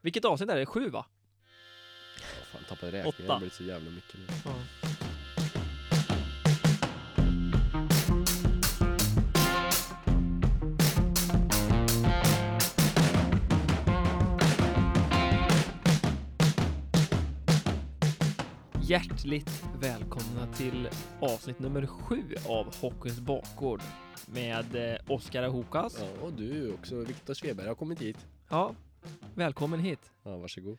Vilket avsnitt är det? Sju va? Jag fan tappade räkningen, det Åtta. har blivit så jävla mycket nu. Hjärtligt välkomna till avsnitt nummer sju av Hockeyns bakgård med eh, Oskar Ahokas. Ja. Ja, och du också. Viktor Sveberg har kommit hit. välkommen hit. Ja, varsågod.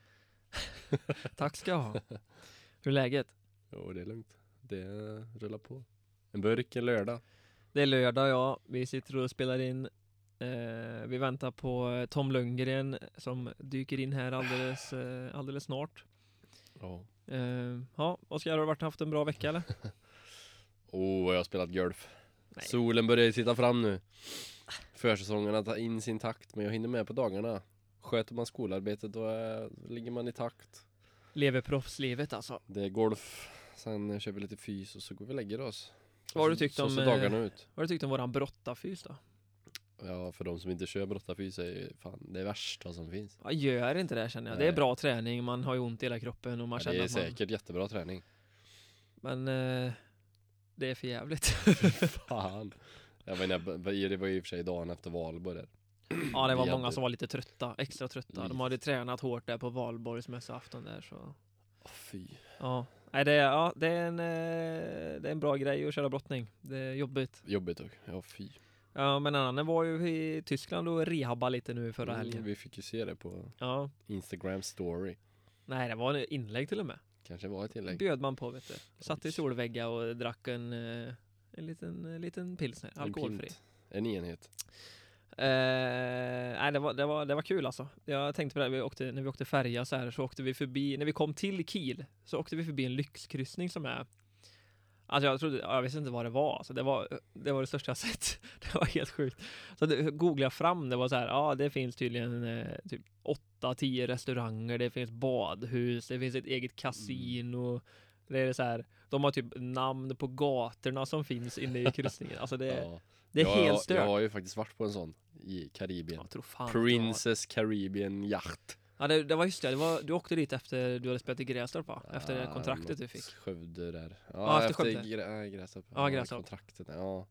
Tack ska jag ha. Hur är läget? Jo, det är lugnt. Det rullar på. En burk en lördag. Det är lördag ja, vi sitter och spelar in. Eh, vi väntar på eh, Tom Lundgren som dyker in här alldeles, eh, alldeles snart. Ja. Eh, ja, Oskar, har du varit haft en bra vecka eller? Åh, oh, jag har spelat golf. Nej. Solen börjar ju sitta fram nu. Försäsongerna tar in sin takt, men jag hinner med på dagarna. Sköter man skolarbetet då eh, ligger man i takt. Lever proffslivet alltså. Det är golf, sen kör vi lite fys och så går vi och lägger oss. Vad har du Så- tyckt så om, ser eh, dagarna ut. Vad har du tyckt om våran brottarfys då? Ja, för de som inte kör brottarfys är ju fan det värsta som finns. Ja, gör inte det känner jag. Det är Nej. bra träning, man har ju ont i hela kroppen och man Ja, känner det är att man... säkert jättebra träning. Men eh, det är för jävligt. Fan. Jag vet inte, det var ju i och för sig dagen efter valborg där. ja, det var Vi många hade- som var lite trötta, extra trötta. De Lite. hade tränat hårt där på valborgsmässoafton där så... Åh fy. Ja, Nej, det, är, ja det, är en, eh, det är en bra grej att köra brottning. Det är jobbigt. Jobbigt dock. Ja fy. Ja, men Anne var ju i Tyskland och rehabba lite nu förra Mm, helgen. Vi fick ju se det på Ja, Instagram story. nej det var en inlägg till och med. Kanske var ett inlägg. Bjöd man på vet du. Satt i Oj. solvägga och drack en, eh, en liten, en liten pilsner, En alkoholfri. pint. En enhet. Eh, nej, det var, det, var, det var kul alltså. Jag tänkte på det, här, vi åkte, när vi åkte färja så här så åkte vi förbi, när vi kom till Kiel så åkte vi förbi en lyxkryssning som är Alltså jag trodde, ja, jag visste inte vad det var, alltså det var det, var det största jag sett. Det var helt sjukt. Så det, googlade jag fram, det var så här, ja det finns tydligen eh, typ 8-10 restauranger, det finns badhus, det finns ett eget kasino. Mm. Det är så här, de har typ namn på gatorna som finns inne i kryssningen. Alltså det, Ja. det är jag, helt stört. Jag har ju faktiskt varit på en sån i Karibien. Jag tror fan att det var- Princess Caribbean Yacht. Ja det, det var just det, det var, du åkte dit efter du hade spelat i Grästorp va? Efter det kontraktet du Ah, något fick Skövde där. Ja, Ja, efter efter, Skövde. Grä- Grästorp. Ja, Grästorp. Kontraktet, ja.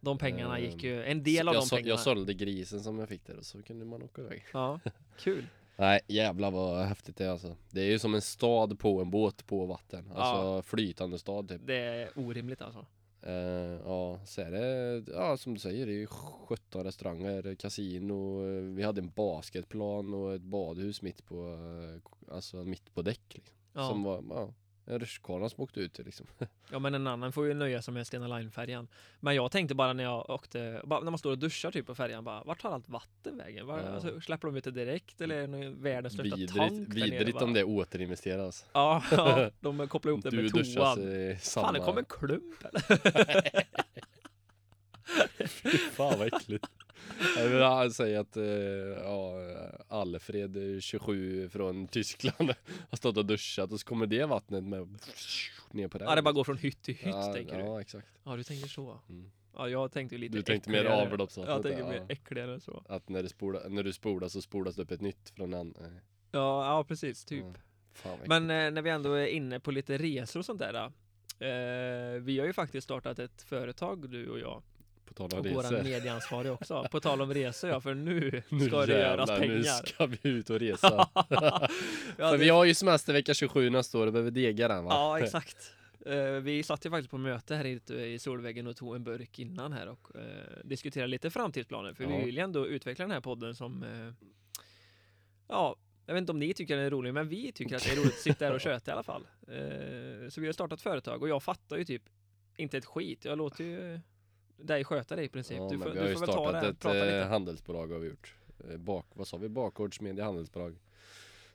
De pengarna Ehm, gick ju, en del av jag, de så, pengarna jag sålde grisen som jag fick där och så kunde man åka iväg. Ja, kul Nej jävlar vad häftigt det är alltså Det är ju som en stad på en båt på vatten Alltså flytande stad typ Det är orimligt alltså Eh, Ja, så är det, ja som du säger det är ju 17 restauranger, kasino eh, Vi hade en basketplan och ett badhus mitt på, eh, k- alltså mitt på däck liksom. ja. Som var, ja, en rutschkana som åkte ut till, liksom ja men en annan får ju nöja sig med Stena Line-färjan Men jag tänkte bara när jag åkte, bara när man står och duschar typ på färjan bara Vart tar allt vatten vägen? Var, Ja. alltså, släpper de ut det direkt eller är det någon världens största tank där Vidrigt, vidrigt nere, om det återinvesteras Ja, ja, de kopplar ihop det Du med duschas toan i Fan samma det kom en klump eller? Fan vad äckligt. Jag vill ha- säga att eh, ja, Alfred eh, 27 från Tyskland har stått och duschat och så kommer det vattnet med ner på det. Ja det bara går från hytt till hytt ja, tänker du Ja exakt. Ja du tänker så. Mm. Ja jag tänkte ju lite Du tänkte mer äckligare. avloppsvattnet, Jag tänkte ja. mer äckligare än så. Att när du, spola, när du spolar så spolas det upp ett nytt från en. Eh, Ja, ja precis, typ. Mm. fan vad Men eh, när vi ändå är inne på lite resor och sånt där. Eh, vi har ju faktiskt startat ett företag du och jag. äckligt. På tal om Och våran resor. medieansvarig också. På tal om resor ja, för nu ska Nu det göras jävlar, Nu pengar. ska vi ut och resa. Ja, För det- vi har ju semestervecka 27 nästa år och behöver dega den va? Ja, exakt. Eh, vi satt ju faktiskt på möte här ute i Solväggen och tog en burk innan här och eh, diskuterade lite framtidsplaner. För vi Ja. vill ju ändå utveckla den här podden som eh, Ja, jag vet inte om ni tycker den är rolig, men vi tycker att det är roligt att sitta här och köta i alla fall. Eh, så vi har startat företag och jag fattar ju typ inte ett skit. Jag låter ju dig sköta dig i princip. Ja, Typ, du men får, vi har du ju får väl ta det startat här och ett prata eh, lite. handelsbolag har vi gjort. Eh, Bak, vad sa vi? Bakgårdsmedia handelsbolag.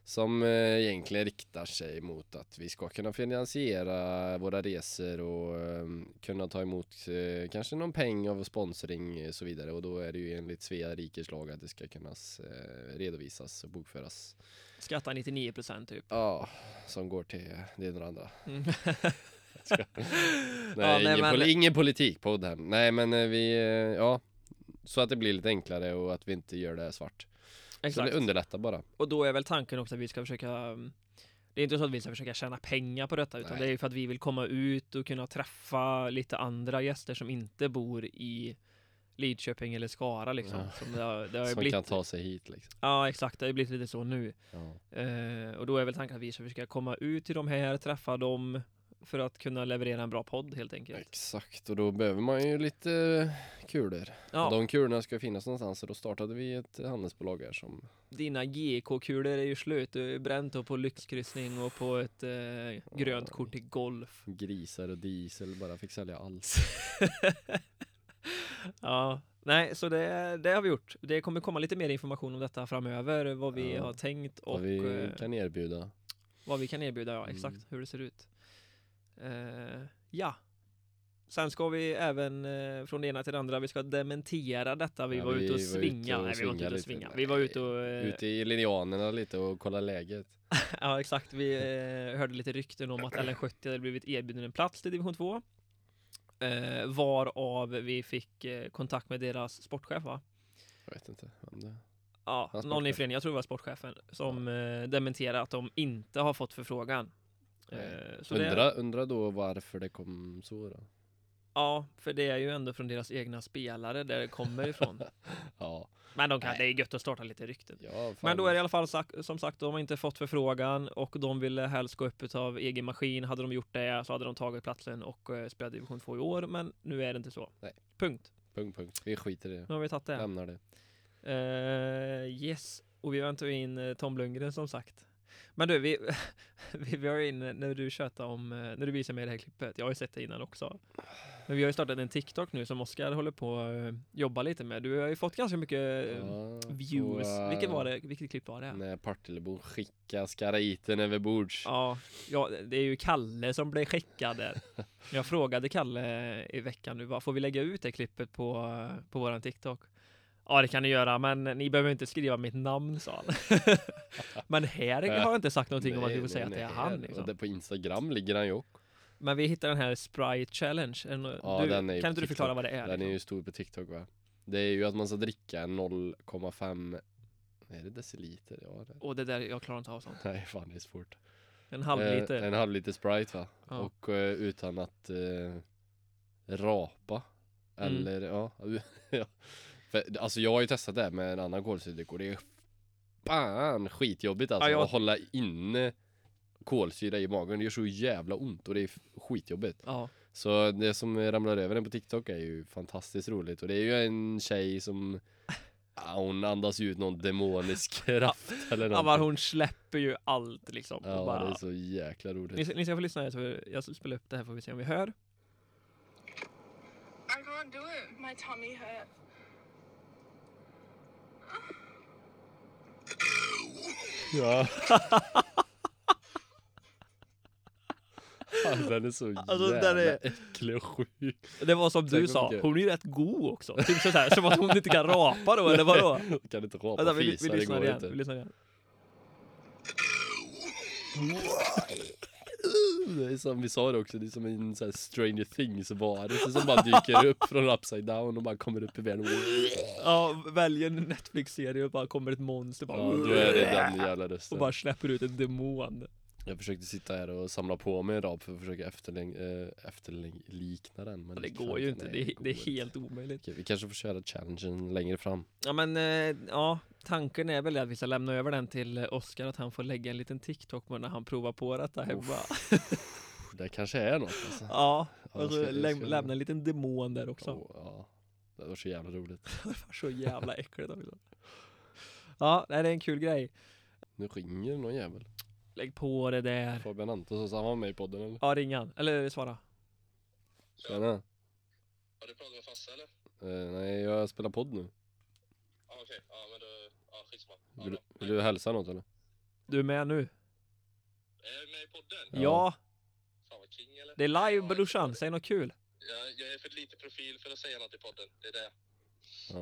Som eh, egentligen riktar sig mot att vi ska kunna finansiera våra resor och eh, kunna ta emot eh, kanske någon peng av sponsring och så vidare. Och då är det ju enligt Svea rikes lag att det ska kunna eh, redovisas och bokföras. Skatta 99% typ. Ja, som går till det ena och det andra. Mm. Nej, Ja, nej, ingen, men- poli- ingen politikpodd här. Nej, men eh, vi, eh, ja. Så att det blir lite enklare och att vi inte gör det här svart. Så det underlättar bara. Och då är väl tanken också att vi ska försöka um, Det är inte så att vi ska försöka tjäna pengar på detta utan Nej. det är ju för att vi vill komma ut och kunna träffa lite andra gäster som inte bor i Lidköping eller Skara liksom. Ja. Som det har, det har ju Som kan blivit, ta sig hit liksom. ja exakt, det har ju blivit lite så nu. Ja. Eh, och då är väl tanken att vi ska försöka komma ut till de här, träffa dem för att kunna leverera en bra podd helt enkelt. Exakt, och då behöver man ju lite kulor. Ja, De kulorna ska finnas någonstans så då startade vi ett handelsbolag här som dina GK-kulor är ju slut. Du har ju bränt upp på lyxkryssning och på ett eh, grönt kort i golf. grisar och diesel bara fick sälja allt. ja, nej, så det, det har vi gjort. Det kommer komma lite mer information om detta framöver, vad vi Ja. har tänkt och Vad vi eh, kan erbjuda. vad vi kan erbjuda, ja, exakt Mm. hur det ser ut. Eh, ja. Sen ska vi även eh, från det ena till det andra, vi ska dementera detta. Vi Ja, var vi ute och var ute svinga. och Nej, vi var inte ute svinga och lite. svinga. Vi var ute och... Eh, Ute i linjanerna lite och kolla läget. Ja, exakt. Vi eh, hörde lite rykten om att LN70 hade blivit erbjuden en plats till division 2. Eh, varav vi fick eh, kontakt med deras sportchef, va? Jag vet inte. Om det... Ja, Hans någon i sportchef. föreningen, jag tror det var sportchefen, som eh, dementerade att de inte har fått förfrågan. Nej. Eh, så det, Undra, undra då varför det kom så då. ja, för det är ju ändå från deras egna spelare där det kommer ifrån. Ja, Men de kan, det är gött att starta lite rykten. ja fan. Men då är det i alla fall sagt, som sagt, de har inte fått förfrågan och de ville helst gå upp av egen maskin. Hade de gjort det så hade de tagit platsen och eh, spelat division 2 i år, men nu är det inte så. Nej. Punkt. Punkt, punkt. Vi skiter i det. Nu har vi tagit det. Lämnar det. Eh, yes, och vi väntar in eh, Tom Lundgren som sagt. Men du, vi, vi, vi har ju in när du tjötade om, eh, när du visade mig det här klippet, jag har ju sett det innan också. Men vi har ju startat en TikTok nu som Oskar håller på att jobba lite med. Du har ju fått ganska mycket eh, views. eh, Vilket var det, vilket klipp var det? När Partillebon skickade skaraiten över bords. Ja, ja, det är ju Kalle som blev skickad där. Jag frågade Kalle i veckan nu, bara, får vi lägga ut det klippet på, på våran TikTok? Ja, det kan ni göra, men ni behöver inte skriva mitt namn, sa han. men här har jag inte sagt någonting om att vi får säga att det är han. Och Liksom. det- på Instagram ligger han ju också. Men vi hittar den här Sprite Challenge. En, Ja, du, den är ju kan på inte du TikTok. förklara vad det är? Den är liksom? ju stor på TikTok va? Det är ju att man ska dricka 0,5 Är det deciliter? Ja det Och det där, jag klarar inte av sånt. Nej fan det är svårt En halv liter. eh, En halv liter Sprite va? Ja. Och eh, utan att eh, rapa Mm. Eller ja, ja. För, Alltså jag har ju testat det här med en annan kolsyrdryck och det är fan skitjobbigt alltså Ja, jag- att hålla inne kolsyra i magen Det gör så jävla ont och det är f- skitjobbigt Ja, så det som ramlar över den på TikTok är ju fantastiskt roligt och det är ju en tjej som ja, hon andas ju ut någon demonisk kraft eller ja men någonting. hon släpper ju allt liksom. Ja, och bara, det är så jäkla Ni, roligt. ska- ni ska få lyssna här, så vi- jag spelar upp det här får vi se om vi hör. I can't do it. My tummy hurt. Ja. Fan, den är så Alltså, den jävla är- äcklig och sjuk. Det var som du Tänk sa, om mycket. hon är ju rätt god också. Typ så här, som att hon inte kan rapa då, eller vadå? Jag kan inte rapa Vänta, och vi, vi, fisa, det lyssnar går igen, inte. vi lyssnar igen. Det är som vi sa det också, det är som en sån här Stranger Things varelse som bara dyker upp från upside down och bara kommer upp i världen. Ja, välj en Netflix-serie och bara kommer ett monster bara, Ja, då är det den jävla och rösten. bara släpper ut en demon. Jag försökte sitta här och samla på mig en rap för att försöka efterläng- eh, efterlikna den. Ja, Men Det kan går ju inte, Nej, det, är- går det är inte. helt omöjligt. Okej, vi kanske får köra challengen längre fram. Ja men, eh, ja, tanken är väl att vi ska lämna över den till eh, Oscar, att han får lägga en liten TikTok på när han provar på detta hemma. Pff, Det kanske är något alltså. Ja, jag och ska- så jag läm- ska- lämna liksom. en liten demon där också. Åh, ja. Det var så jävla roligt. Det var så jävla äckligt också. Ja, nej, det är en kul grej. Nu ringer någon jävel. Lägg på det där. Fabian Antonsson, han var med i podden eller? Ja, ring han. Eller svara. Tjena. Har du pratat med Fassa eller? Eh, nej, jag spelar podd nu. Ja okej, ja men då, ja skitsamma. Ja, Vill, bra. vill du hälsa något eller? Du är med nu. Är jag med i Ja, podden? Ja. Fan vad king eller? det är live brorsan. Säg något kul. Jag, jag är för lite profil för att säga något i podden, det är det.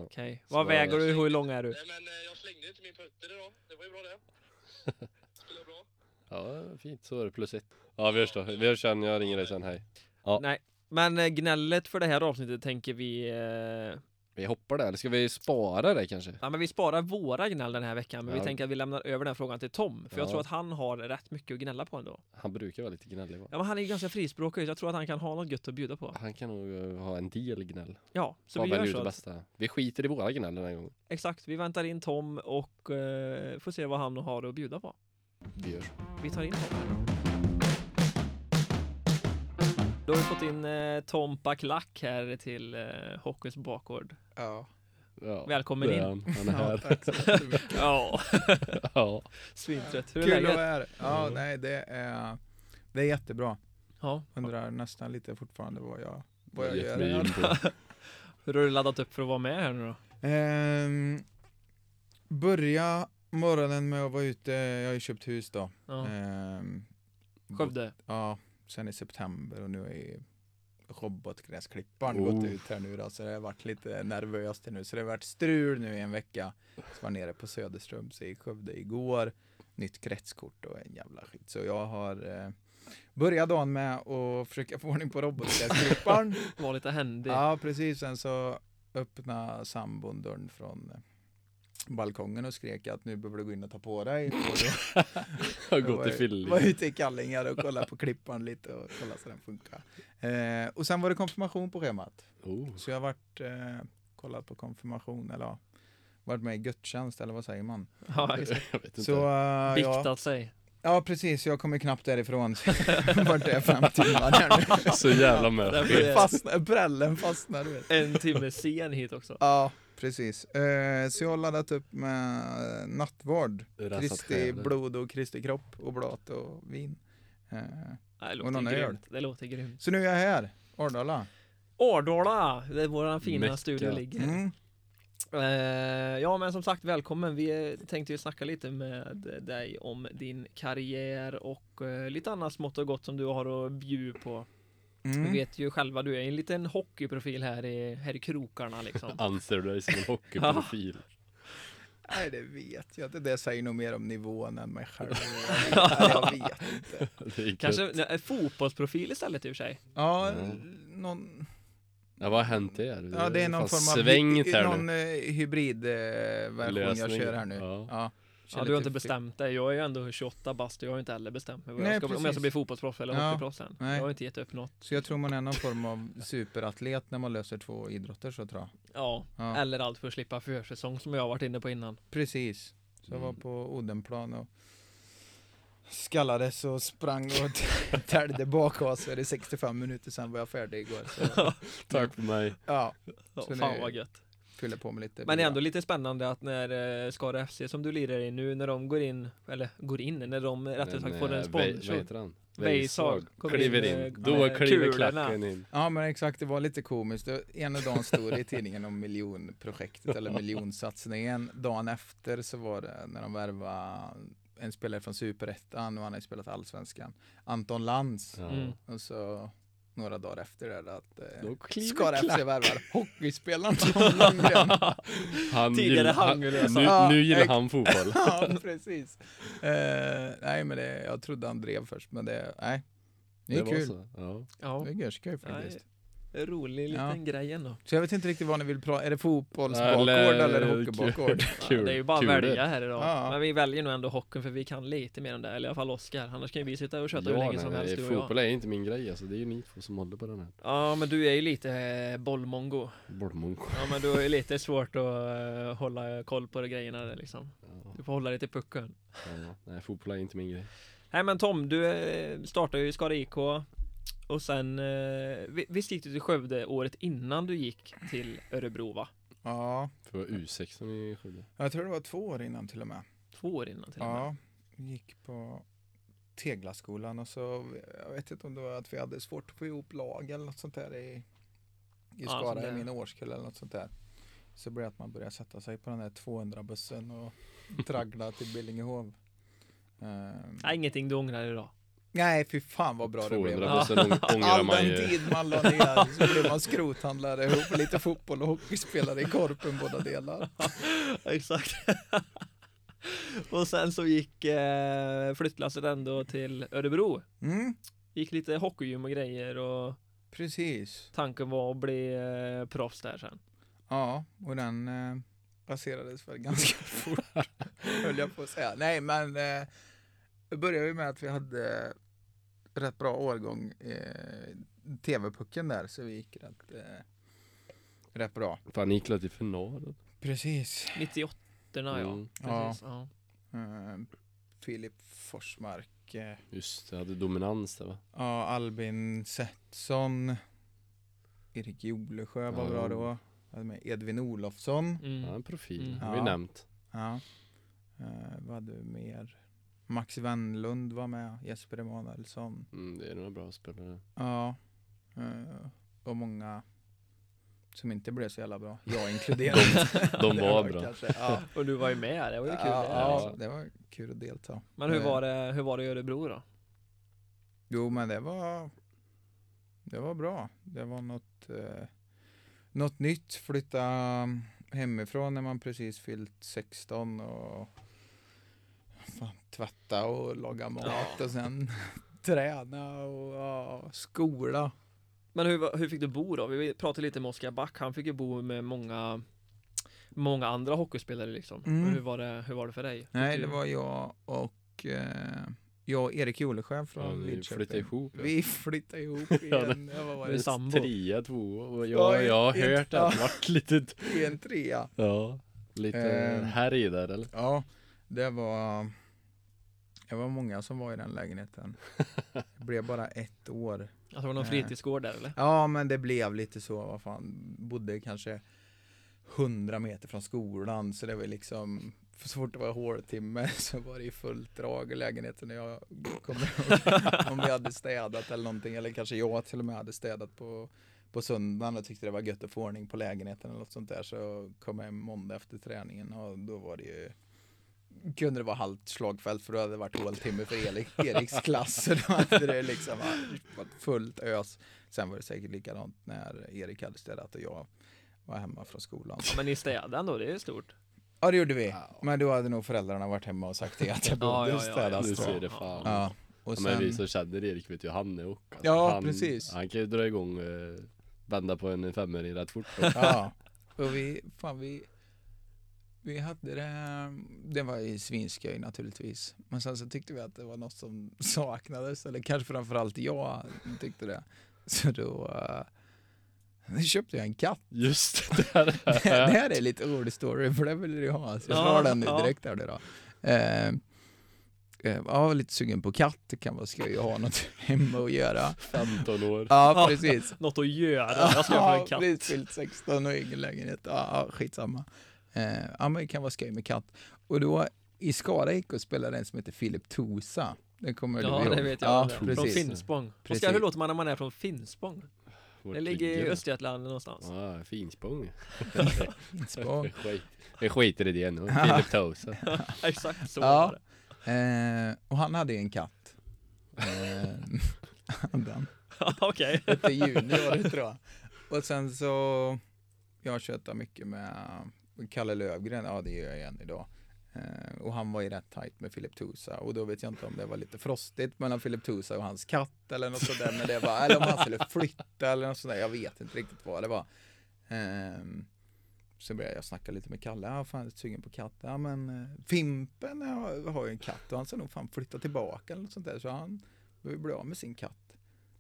Okej. Svara. Vad väger du? Hur lång är du? Nej men eh, jag slängde inte min putter idag, det var ju bra det. Spelar bra. Ja, fint. Så är det plus ett. Ja, vi hörs då. Vi hörs sen. Jag ringer dig sen. Hej. Ja. Nej. Men eh, gnället för det här avsnittet tänker vi eh, Vi Vi hoppar där, eller ska vi spara det kanske? Ja, men vi sparar våra gnäll den här veckan, men Ja. vi tänker att vi lämnar över den här frågan till Tom, för jag Ja. tror att han har rätt mycket att gnälla på ändå. Han brukar vara lite gnällig va? Ja, men han är ju ganska frispråkig, så jag tror att han kan ha något gött att bjuda på. Han kan nog eh, ha en del gnäll. Ja, så Så vi vi, gör ut så. det att- bästa. vi skiter i våra gnäll den här gången. Exakt, vi väntar in Tom och eh, får se vad han har att bjuda på. Vi gör så. Vi tar in Tom. här. Då har vi fått in eh, Tompa Klack här till eh, Hockeys bakgård. Ja. Ja, Välkommen det är in. Han, han är ja här. tack så jättemycket. Ja, ja. svintrött. Hur är Kul att vara läget? här. Ja, Mm. nej det är, det är jättebra. Ja. Undrar nästan lite fortfarande vad jag, vad jag Vet gör. vi här. in på. Hur har du laddat upp för att vara med här nu då? Ehm, börja morgonen med att vara ute, jag har ju köpt hus då. Ja. Ehm, Skövde. Ja, sen i september och nu är robotgräsklipparen gått Oh. ut här nu då, så det har varit lite nervöst nu. Så det har varit strul nu i en vecka. Så var nere på Söderströms i Skövde igår, nytt kretskort och en jävla skit. Så jag har eh, börjat dagen med att försöka få ordning på robotgräsklipparen. Var lite händig. ja, precis. Sen så öppnade sambon dörren från eh, balkongen och skrek att nu behöver du gå in och ta på dig. Och då- Har jag gått var, i fyllig. Var ute i kallingar och kollade på klippan lite och kollade så den funkar. Eh, och sen var det konfirmation på schemat. Oh. Så jag har varit, eh, kollat på konfirmation eller ja, varit med i gudstjänst eller vad säger man? Ja, exakt. Jag vet inte. Så, eh, ja, Biktat sig. ja, precis. Jag kommer knappt därifrån. Vart är fem timmar här nu? Så jävla med. Därför är Fastnar, brällen fastnar, du vet. det en timme sen hit också. Ja, precis. Eh, så jag har laddat upp med nattvard. Rassat Kristi själen. blod och Kristi kropp, oblat och vin. Eh, Nej, Det Och någon låter öl. grymt. Det låter grymt. så nu är jag här, Årdala. Årdala, där vår fina Mecka. studio ligger. Mm. Eh, ja men som sagt välkommen. Vi eh, tänkte ju snacka lite med dig om din karriär och eh, lite annat smått och gott som du har att bjuda på. Mm. Vi vet ju själva, du är en liten hockeyprofil här i, här i krokarna liksom. typ. Anser du dig som en hockeyprofil? Nej, det vet jag inte. Det säger nog mer om nivån än mig själv. jag vet inte. Det är gött. Kanske nej, fotbollsprofil istället i och för sig. Ja, Ja. någon, Ja, vad har hänt er? ja, det är fan någon form av svängt hy- här någon eh, nu. hybridversion jag Lösning. kör här nu. typ Ja. kör Ja, du har inte lite försikt- bestämt dig. Jag är ju ändå 28 bast och jag har inte heller bestämt mig vad jag Nej, ska, bli- om jag precis. ska bli fotbollsproffs eller Ja, hockeyproffs sen. nej. Jag har inte gett upp något. Så jag tror man är någon form av superatlet när man löser två idrotter så tror jag. Ja, Ja, eller allt för att slippa försäsong som jag har varit inne på innan. precis. Så jag var Mm. på Odenplan och skallades och sprang och täljde bakhaser i 65 minuter, sen var jag färdig igår. Så, Tack för mig. ja, Ja, Så fan nu- vad gött. fyller på med lite. Men det är bira. ändå lite spännande att när eh, Skara FC som du lirar i nu, när de går in, eller går in, när de eh, rättare sagt får en Vad sponsor. heter han? Weissag. Kommer Kliver in, eh, in. Då med kliver kulorna. klacken in. Ja men exakt, det var lite komiskt. Det- Ena dagen stod det i tidningen om miljonprojektet eller miljonsatsningen. Dagen efter så var det när de värvade en spelare från Superettan och han har ju spelat Allsvenskan. Anton Lantz. Ja. Mm. Och så några dagar efter det där att eh, Då kliver Skara klacken. FC värvar hockeyspelaren Tom Lundgren. Han Tidigare gillar- Hangelösa. han- Ja, Nu, nu gillar ex- han fotboll. Ja precis. Eh, nej men det, jag trodde han drev först men det, nej. Det är var kul. så. Ja. Ja, Det är görskoj faktiskt. Nej, rolig liten grej ändå. Så jag vet inte riktigt vad ni vill prata, är det fotbollsbakgård eller hockeybakgård? Ja, det är ju bara att kulor. välja här idag. Ja. Men vi väljer nog ändå hockeyn för vi kan lite mer om det, eller i alla fall Oskar. Annars kan ju vi sitta och köta hur Ja, länge nej, som nej, helst du och jag. Fotboll är inte min grej alltså. Det är ju ni två som håller på den här. Ja, men du är ju lite eh, bollmongo. Bollmonko. Ja, men du är ju lite svårt att eh, hålla koll på de grejerna där, liksom. Ja, Du får hålla dig till pucken. ja. Nej, fotboll är inte min grej. Nej men Tom, du eh, startade ju i Skara IK och sen eh, vi- visst gick du till Skövde året innan du gick till Örebro va? Ja, För jag var U16 i Skövde. jag tror det var två år innan till och med. Två år innan till och med. Ja, vi gick på Teglaskolan och så, jag vet inte om det var att vi hade svårt att få ihop lag eller något sånt där i, i Ja, Skara sånt i där. min årskull eller något sånt där. Så blev det att man började sätta sig på den där 200-bussen och traggla till Billingehov. Ehm, Nej, ingenting du ångrar idag. nej, fy fan vad bra det blev. 200 procent ång- ångrar All man den ju. tid man la ner så blev man skrothandlare ihop med lite fotboll och hockeyspelare i korpen båda delar. Exakt. och sen så gick eh, flyttlasset ändå till Örebro. Mm, Gick lite hockeygym och grejer och precis. tanken var att bli eh, proffs där sen. Ja, och den eh, passerades väl ganska fort, höll jag på att säga. Nej, men eh, det började ju med att vi hade rätt bra årgång eh, TV-pucken där, så vi gick rätt, eh, rätt bra. Fan, ni gick väl till finalen? Precis. 98 ja. Mm. Precis, ja. Eh, Filip Forsmark, eh, Just det, hade dominans där va? ja, Albin Setson, Erik Jolesjö var Ja. bra då. Jag hade med Edvin Olofsson. Ja, Mm. en profil. Mm. Har vi Ja. nämnt. Ja. Eh, vad hade vi mer? Max Wennlund var med, Jesper Emanuelsson. Mm, det är några bra spelare. Ja. Eh, och många som inte blev så jävla bra. Jag inkluderad. de Det var bra. kanske- Ja. Och du var ju med, det var ju kul. ja, ja. ja, det var kul att delta. Men hur var, det, hur var det i Örebro då? Jo, men det var det var bra. Det var något, eh, något nytt. Flytta mm, hemifrån när man precis fyllt 16 och fan, tvätta och laga mat och sen träna och ja, skola. Men hur, var- hur fick du bo då? Vi pratade lite med Oskar Back, han fick ju bo med många Många andra hockeyspelare liksom. Mm. Men Hur, var det, hur var det för dig? Fick Nej, du- det var jag och eh, jag och Erik Jolesjö Ja, från ni Lidköping. flyttade ihop. ja. Vi flyttade ihop igen. Det var Vi är varit sambo. Trea, tvåa och Ja, jag, jag har en- hört att det varit lite, i en trea. ja, lite Eh. härj där eller? Ja, det var Det var många som var i den lägenheten. Det blev bara ett år. Att Alltså, det var någon Eh. fritidsgård där eller? Ja, men det blev lite så, vad fan. Bodde kanske 100 meter från skolan, så det var liksom så fort det var håltimme så var det i fullt drag i lägenheten när jag kom Om vi hade städat eller någonting, eller kanske jag till och med hade städat på, på söndagen och tyckte det var gött att få ordning på lägenheten eller något sånt där. Så kom jag hem måndag efter träningen och då var det ju kunde det vara halvt slagfält för då hade det varit håltimme för Erik, Eriks klass. Så då hade det liksom varit fullt ös. Sen var det säkert likadant när Erik hade städat och jag var hemma från skolan. Ja, men ni städade ändå, det är stort. Ja det gjorde vi. Men då hade nog föräldrarna varit hemma och sagt det att jag Ja, ja, borde ja, städas. Nu ja. tror jag. ser det fan. Ja, Ja, och Men vi sen, som känner Erik vet ju, han är också. alltså, Ja, han, precis. Han kan ju dra igång, eh, vända på en femmer i rätt fort. ja. Och vi, fan vi, vi hade det, det var ju svinskoj naturligtvis. Men sen så tyckte vi att det var något som saknades, eller kanske framförallt jag tyckte det. Så då, eh, köpte jag en katt. Just det där. det här är lite old story, för det vill du ha. Så jag Ja, tar den nu ja. direkt här nu då. Eh, eh, jag var lite sugen på katt, det kan vara skoj att ha något hemma att göra. 15 år. Ja, Ja. precis. Något att göra, jag ska få en Ja, katt. precis, fyllt 16 och egen lägenhet. Ja, ja, skitsamma. Eh, ja, men det kan vara skoj med katt. Och då i Skara gick och spelade en som heter Filip Tosa. Den kommer Ja, du ihåg? det vet jag. Ja, om det. från precis. Finspång. Precis. Oskar, hur låter man när man är från Finspång? Vart Det ligger i det? Östergötland någonstans. Ja, finspång. Finspång. Jag skit- Jag skiter i det nu. Filip Tausa. Exakt så Ja. var det. Eh, och han hade ju en katt. Eh, hade han. Ja, Okej. hette Junior tror jag. Och sen så, jag tjötade mycket med Kalle Lövgren, ja det gör jag igen idag. Eh, och han var ju rätt tajt med Filip Tusa och då vet jag inte om det var lite frostigt mellan Filip Tusa och hans katt eller något sådär. Men det var, eller om han skulle flytta eller något sådär, jag vet inte riktigt vad det var. Ehm, så började jag snacka lite med Kalle, ja fan jag är lite sugen på katt. Ja men eh, Fimpen har, har ju en katt och han ska nog fan flytta tillbaka eller något sånt där. Så han behöver bli av med sin katt.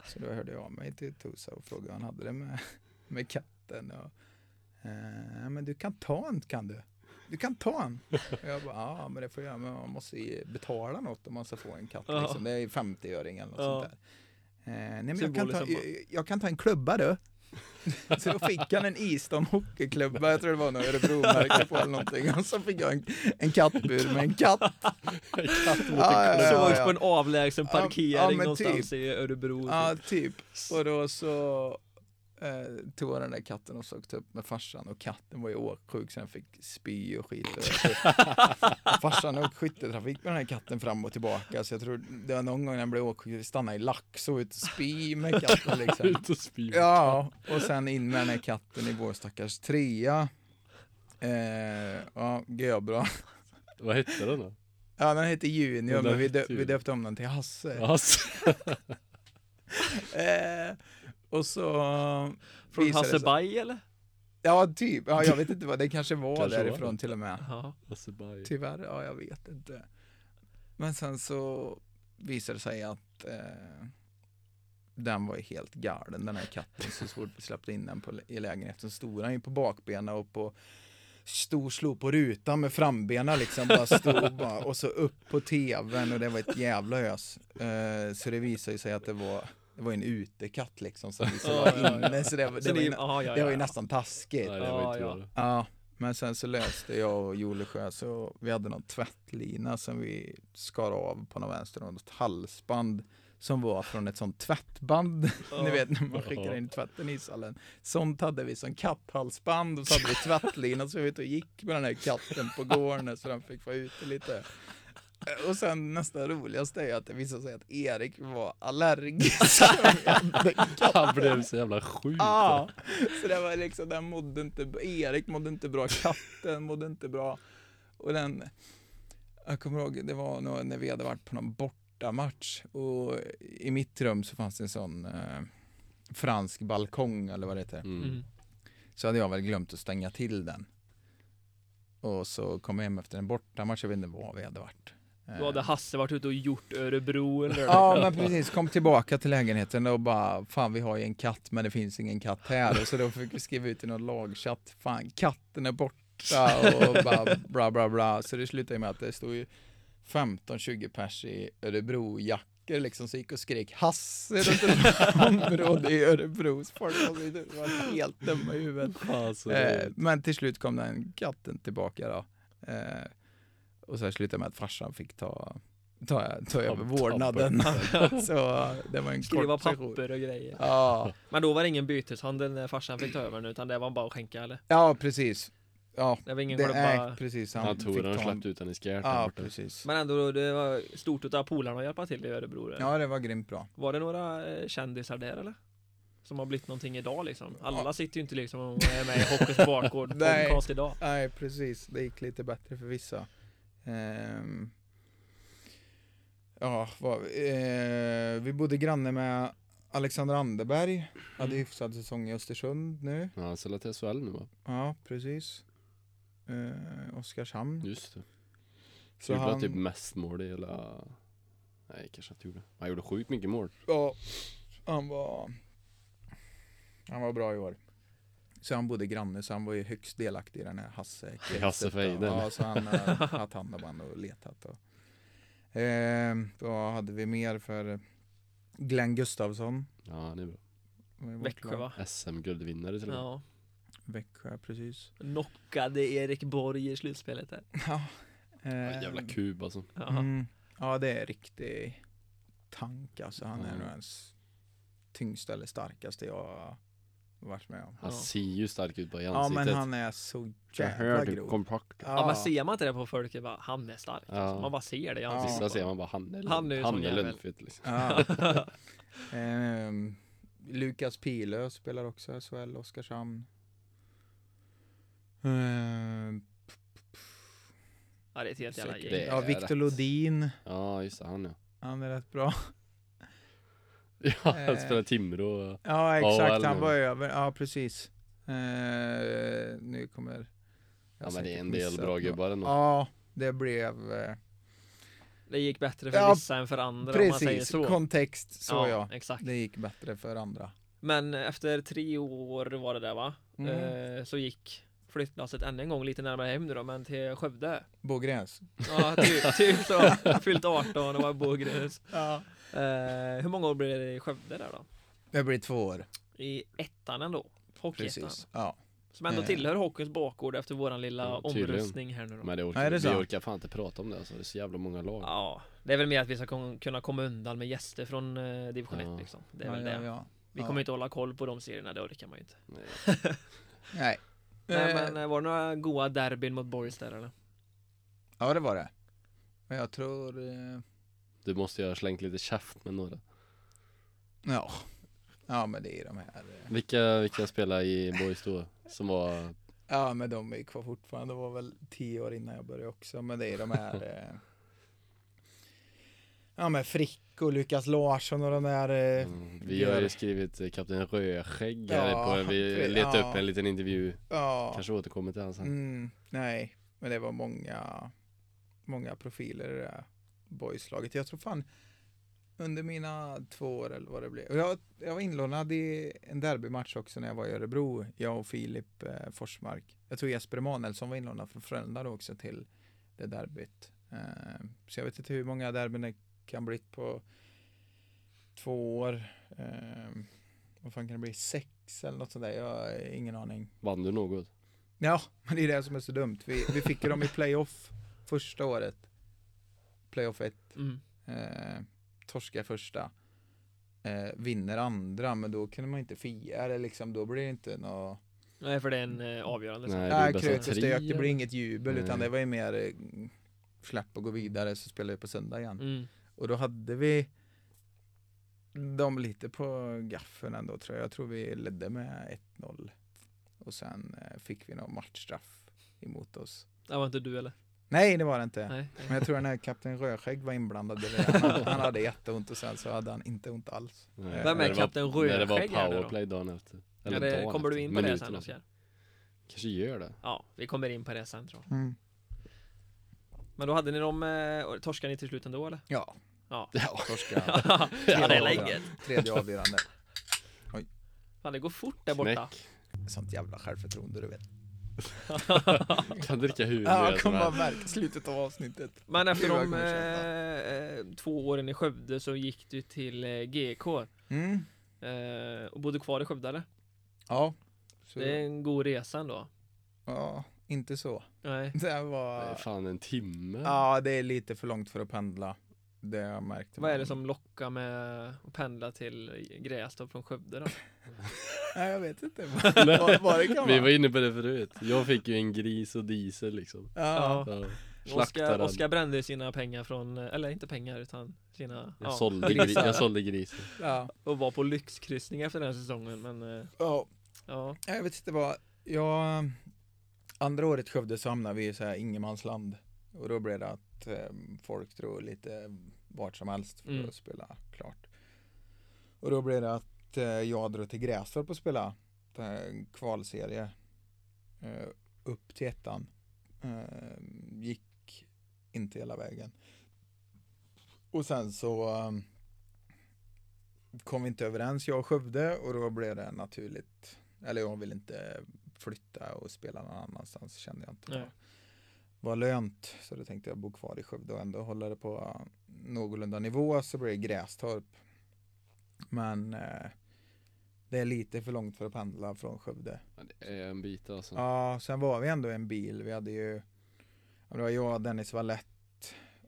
Så då hörde jag av mig till Tosa och frågade hur han hade det med, med katten. Och, eh, men du kan ta en kan du? Du kan ta en! Och jag bara, ja men det får jag göra, men man måste ju betala något om man ska få en katt. Ja. Liksom. Det är ju 50-öring eller något Ja. sånt där. Eh, nej, men jag, kan ta, Symboliskt jag, jag kan ta en klubba du. så då fick han en Istam hockeyklubba, jag tror det var något Örebro-märke på eller någonting. Och så fick jag en, en kattbur med en katt. Katt mot Ja, ja, en ja. klubb. Sågs på en avlägsen Ja, ja, parkering men typ. någonstans i Örebro. Ja, typ. Och då så eh, tog jag den där katten och så åkte upp med farsan och katten var ju åksjuk så den fick spy och skit. Och farsan åkte skytteltrafik med den här katten fram och tillbaka så jag tror det var någon gång den blev åksjuk, vi stannade i Laxå och ut och spy med katten liksom. Ut och spy. Ja, och sen in med den här katten i vår stackars trea. Eh, ja, göbra. Vad hette den då? Ja, den heter Junior, Den men vi, hette dö- vi Junior. döpte om den till Hasse. Alltså, Eh, och så Från Eh, visade det sig- Hassebaj eller? Ja, typ. Ja, jag vet inte vad, det kanske var Kanske var därifrån det. till och med. Ja. Azerbaj. Tyvärr, ja jag vet inte. Men sen så visade det sig att eh, den var ju helt galen den här katten. Så fort vi släppte in den på, i lägenheten så stod han ju på bakbenen och på stor slog på rutan med frambenen liksom bara stod bara och så upp på tvn och det var ett jävla ös. Eh, så det visade ju sig att det var, det var en utekatt liksom som visade Ja, vara ja, ja. inne. Så det, var- det, Så var, ni- ju, ja, ja, ja, det var ju ja. nästan Nej, taskigt. det var inte Ja, bra. Ja, men sen så löste jag och Jolesjö så vi hade någon tvättlina som vi skar av på någon vänster och något halsband som var från ett sånt tvättband, ni vet när man skickar in tvätten i ishallen. Sånt hade vi som katthalsband och så hade vi tvättlina så vi var ute och gick med den här katten på gården så den fick vara ute lite. Och sen nästa roligaste är att det visade sig att Erik var allergisk. Han blev så jävla sjuk. Ja, så det var liksom, den mådde inte bra. Erik mådde inte bra, katten mådde inte bra. Och den, jag kommer ihåg, det var nog när vi hade varit på någon bortamatch och i mitt rum så fanns det en sån eh, fransk balkong eller vad det heter. Mm. Mm. Så hade jag väl glömt att stänga till den. Och så kom jag hem efter en bortamatch, jag vet inte vad vi hade varit. Då hade Eh, Hasse varit ute och gjort Örebro eller Ja men precis, kom tillbaka till lägenheten och bara fan vi har ju en katt men det finns ingen katt här. Och så då fick vi skriva ut i någon lagchatt, fan katten är borta och bara bla bla bla. Så det slutade med att det stod ju 15-20 pers i Örebrojackor liksom så gick och skrek Hasse runt ett område i Örebro. Så folk var så- var helt dumma i huvudet. Fan, så Eh, roligt. men till slut kom den katten tillbaka då. Eh, och så slutade med att farsan fick ta, ta, ta över vårdnaden. så det var en skriva kort session. papper och grejer. Ja, Men då var det ingen byteshandel när farsan fick ta över nu, utan det var bara att skänka eller? ja, precis. Ja, Det var ingen det själva... är precis. Han tog fick den och ta en- släppte ut den i skärten Ja, borta. precis. Men ändå, det var stort utav polarna att hjälpa till i Örebro. eller? Ja, det var grymt bra. Var det några eh, kändisar där eller? Som har blivit någonting idag liksom. Alla Ja. sitter ju inte liksom och är med i Hoppes bakgård Nej. podcast idag. Nej, precis. Det gick lite bättre för vissa. Ehm, ja, vad, eh, vi bodde granne med Alexander Anderberg. Hade Mm. hyfsad säsong i Östersund nu. Ja, han säljer till SHL nu va? Ja, precis. Eh, Oskarshamn. Just det. Så Så gjorde han... han- typ mest mål i hela... Nej, kanske inte gjorde. Han gjorde sjukt mycket mål. Ja, han var... Han var bra i år. Så han bodde granne, så han var ju högst delaktig i den här hasse Hasse Fejden. Ja, så han eh, haft hand om han och letat. Och. Eh, vad hade vi mer för Glenn Gustafsson? Ja, han är bra. var i vårt Växjö lag. va? SM-guldvinnare till och med. Ja. Växjö, precis. Knockade Erik Borg i slutspelet där. Ja, Ja, Eh, jävla kub alltså. Ja. Mm. Ja, det är riktig tank alltså. Han är Ja. nog ens tyngsta eller starkaste jag har varit med om. Han Ja. ser ju stark ut bara i Ja, ansiktet. men han är så Jag hör jävla du grov. kompakt. Ja. men ser man inte det på folk, det är bara, han är stark. Ja. Alltså. Man bara ser det i Ja. Vissa ansiktet. ser man bara, han är, Han är ju sån han är jävel. lönnfet liksom. ja. Ehm, Lukas Pilö spelar också SHL, Oskarshamn. Ehm, Ja, det är ett helt jävla Säkert. gäng. Det ja, är Viktor rätt. Lodin, Ja, just det, han ja. han är rätt bra. Ja, han Eh. spelar Timrå. Ja, AHL exakt, han nu. var över. Ja, precis. Ehm, nu kommer... jag Ja, men det är säkert en missa del bra nå- gubbar ändå. Ja, det blev... eh, Det gick bättre för Ja, vissa än för andra om man säger Precis, så. kontext så ja. Exakt. Det gick bättre för andra. Men efter tre år var det där va? Mm. Eh, så gick flyttlasset ännu en gång lite närmare hem nu då, men till Skövde. Bågräs. Ja, typ, typ så. Fyllt 18 och var i Bågräs. Ja. Eh, hur många år blev det i Skövde där då? Det blir två år. I ettan ändå. Hockeyettan. Precis. Ja. Som ändå Eh. tillhör hockeyns bakgård efter våran lilla Ja, tydligen. omröstning här nu då. Men det orkar, Nej, det är vi sant. orkar fan inte prata om det alltså. Det är så jävla många lag. Ja, det är väl mer att vi ska kon- kunna komma undan med gäster från eh, division 1 Ja. liksom. Det är väl ja, det. ja, ja. Vi kommer inte hålla koll på de serierna, det orkar man ju inte. Nej. Nej. Nej Eh, men eh, var det några goa derbyn mot Borgs där eller? Ja, det var det. Men jag tror... eh, Du måste ju ha slängt lite käft med några. Ja. Ja, men det är de här... eh. Vilka, vilka spelar i BoIS då? Som var... Ja, men de är kvar fortfarande. Det var väl tio år innan jag började också. Men det är de här... eh, Ja men Frick och Lukas Larsson och de där eh, Mm, Vi har ju skrivit eh, Kapten Rödskägg här Ja, på, vi pre- letade ja. upp en liten intervju Ja. Kanske återkommer till den sen Mm, nej, men det var många, många profiler i det där boyslaget. Jag tror fan under mina två år eller vad det blev. Och jag, jag var inlånad i en derbymatch också när jag var i Örebro, jag och Filip eh, Forsmark. Jag tror Jesper Emanuelsson var inlånad från Frölunda då också till det derbyt. Eh, så jag vet inte hur många derbyn det kan bli på två år. Eh, vad fan kan det bli? Sex eller något sånt där? Jag har ingen aning. Vann du något? Ja, men det är det som är så dumt. Vi, vi fick ju dem i playoff första året. Playoff 1. Mm. Eh, torskar första. Eh, vinner andra, men då kunde man inte fira eller liksom, då blir det inte något... Nej, för det är en Mm. eh, avgörande. så. Nej, det är Nej, bästa krut och tre, stök, det eller? blir inget jubel, utan Nej. det var ju mer eh, släpp och gå vidare, så spelar vi på söndag igen. Mm. Och då hade vi dem lite på gaffen ändå tror jag. Jag tror vi ledde med 1-0. Och sen eh, fick vi någon matchstraff emot oss. Det var inte du eller? Nej, det var det inte. Nej. Men jag tror den här kapten Rödskägg var inblandad i det. Han, han hade jätteont och sen så hade han inte ont alls. Nej, Vem är när det var- Kapten När det var Rödskägg här nu då? powerplay dagen efter Ja, det, dagen kommer du efter, in på det minuten sen efter. Oskar? Kanske gör det Ja, vi kommer in på det sen tror jag. Men då hade ni dem, eh, torskade ni till slut ändå eller? Ja, Ja. Ja, torska. ja, det är avgörande. läget. Tredje avgörande. Fan, det går fort där borta. knäck Sånt jävla självförtroende du vet. Kan dricka hur Ja, mycket som kommer man helst. märka slutet av avsnittet. Men efter Gud, vad de jag kommer eh, två åren i Skövde så gick du till eh, GK Mm. eh, och bodde kvar i Skövde eller? Ja. Så, Det är en god resa ändå. ja, inte så. Nej. Det här Det är var... Fan en timme Ja, det är lite för långt för att pendla. Det har jag märkt. Vad är det som lockar med att pendla till Grästorp från Skövde då? Nej, jag vet inte. Vad vad det kan Vi vara. var inne på det förut Jag fick ju en gris och diesel liksom Ja. Ja. Oskar, Slaktaren Oskar brände ju sina pengar från, eh, eller inte pengar utan sina, Jag, ja, sålde gri- jag sålde grisen Ja. och var på lyxkryssning efter den här säsongen men eh, ja. ja, Jag vet inte vad. Jag, andra året i Skövde så hamnade vi i så här ingenmansland. Och då blev det att eh, folk drog lite vart som helst för Mm. att spela klart. Och då blev det att eh, jag drog till Grästorp och spela eh, kvalserie. Eh, upp till ettan. Eh, gick inte hela vägen. Och sen så eh, kom vi inte överens jag och Skövde och då blev det naturligt. Eller jag vill inte flytta och spela någon annanstans kände jag inte Nej. var, var lönt. Så då tänkte jag bo kvar i Skövde och ändå hålla det på någorlunda nivå så blir det Grästorp. Men eh, det är lite för långt för att pendla från Skövde. Ja, Det är en bit alltså Ja, sen var vi ändå en bil. Vi hade ju, ja, det var jag, Dennis Wallett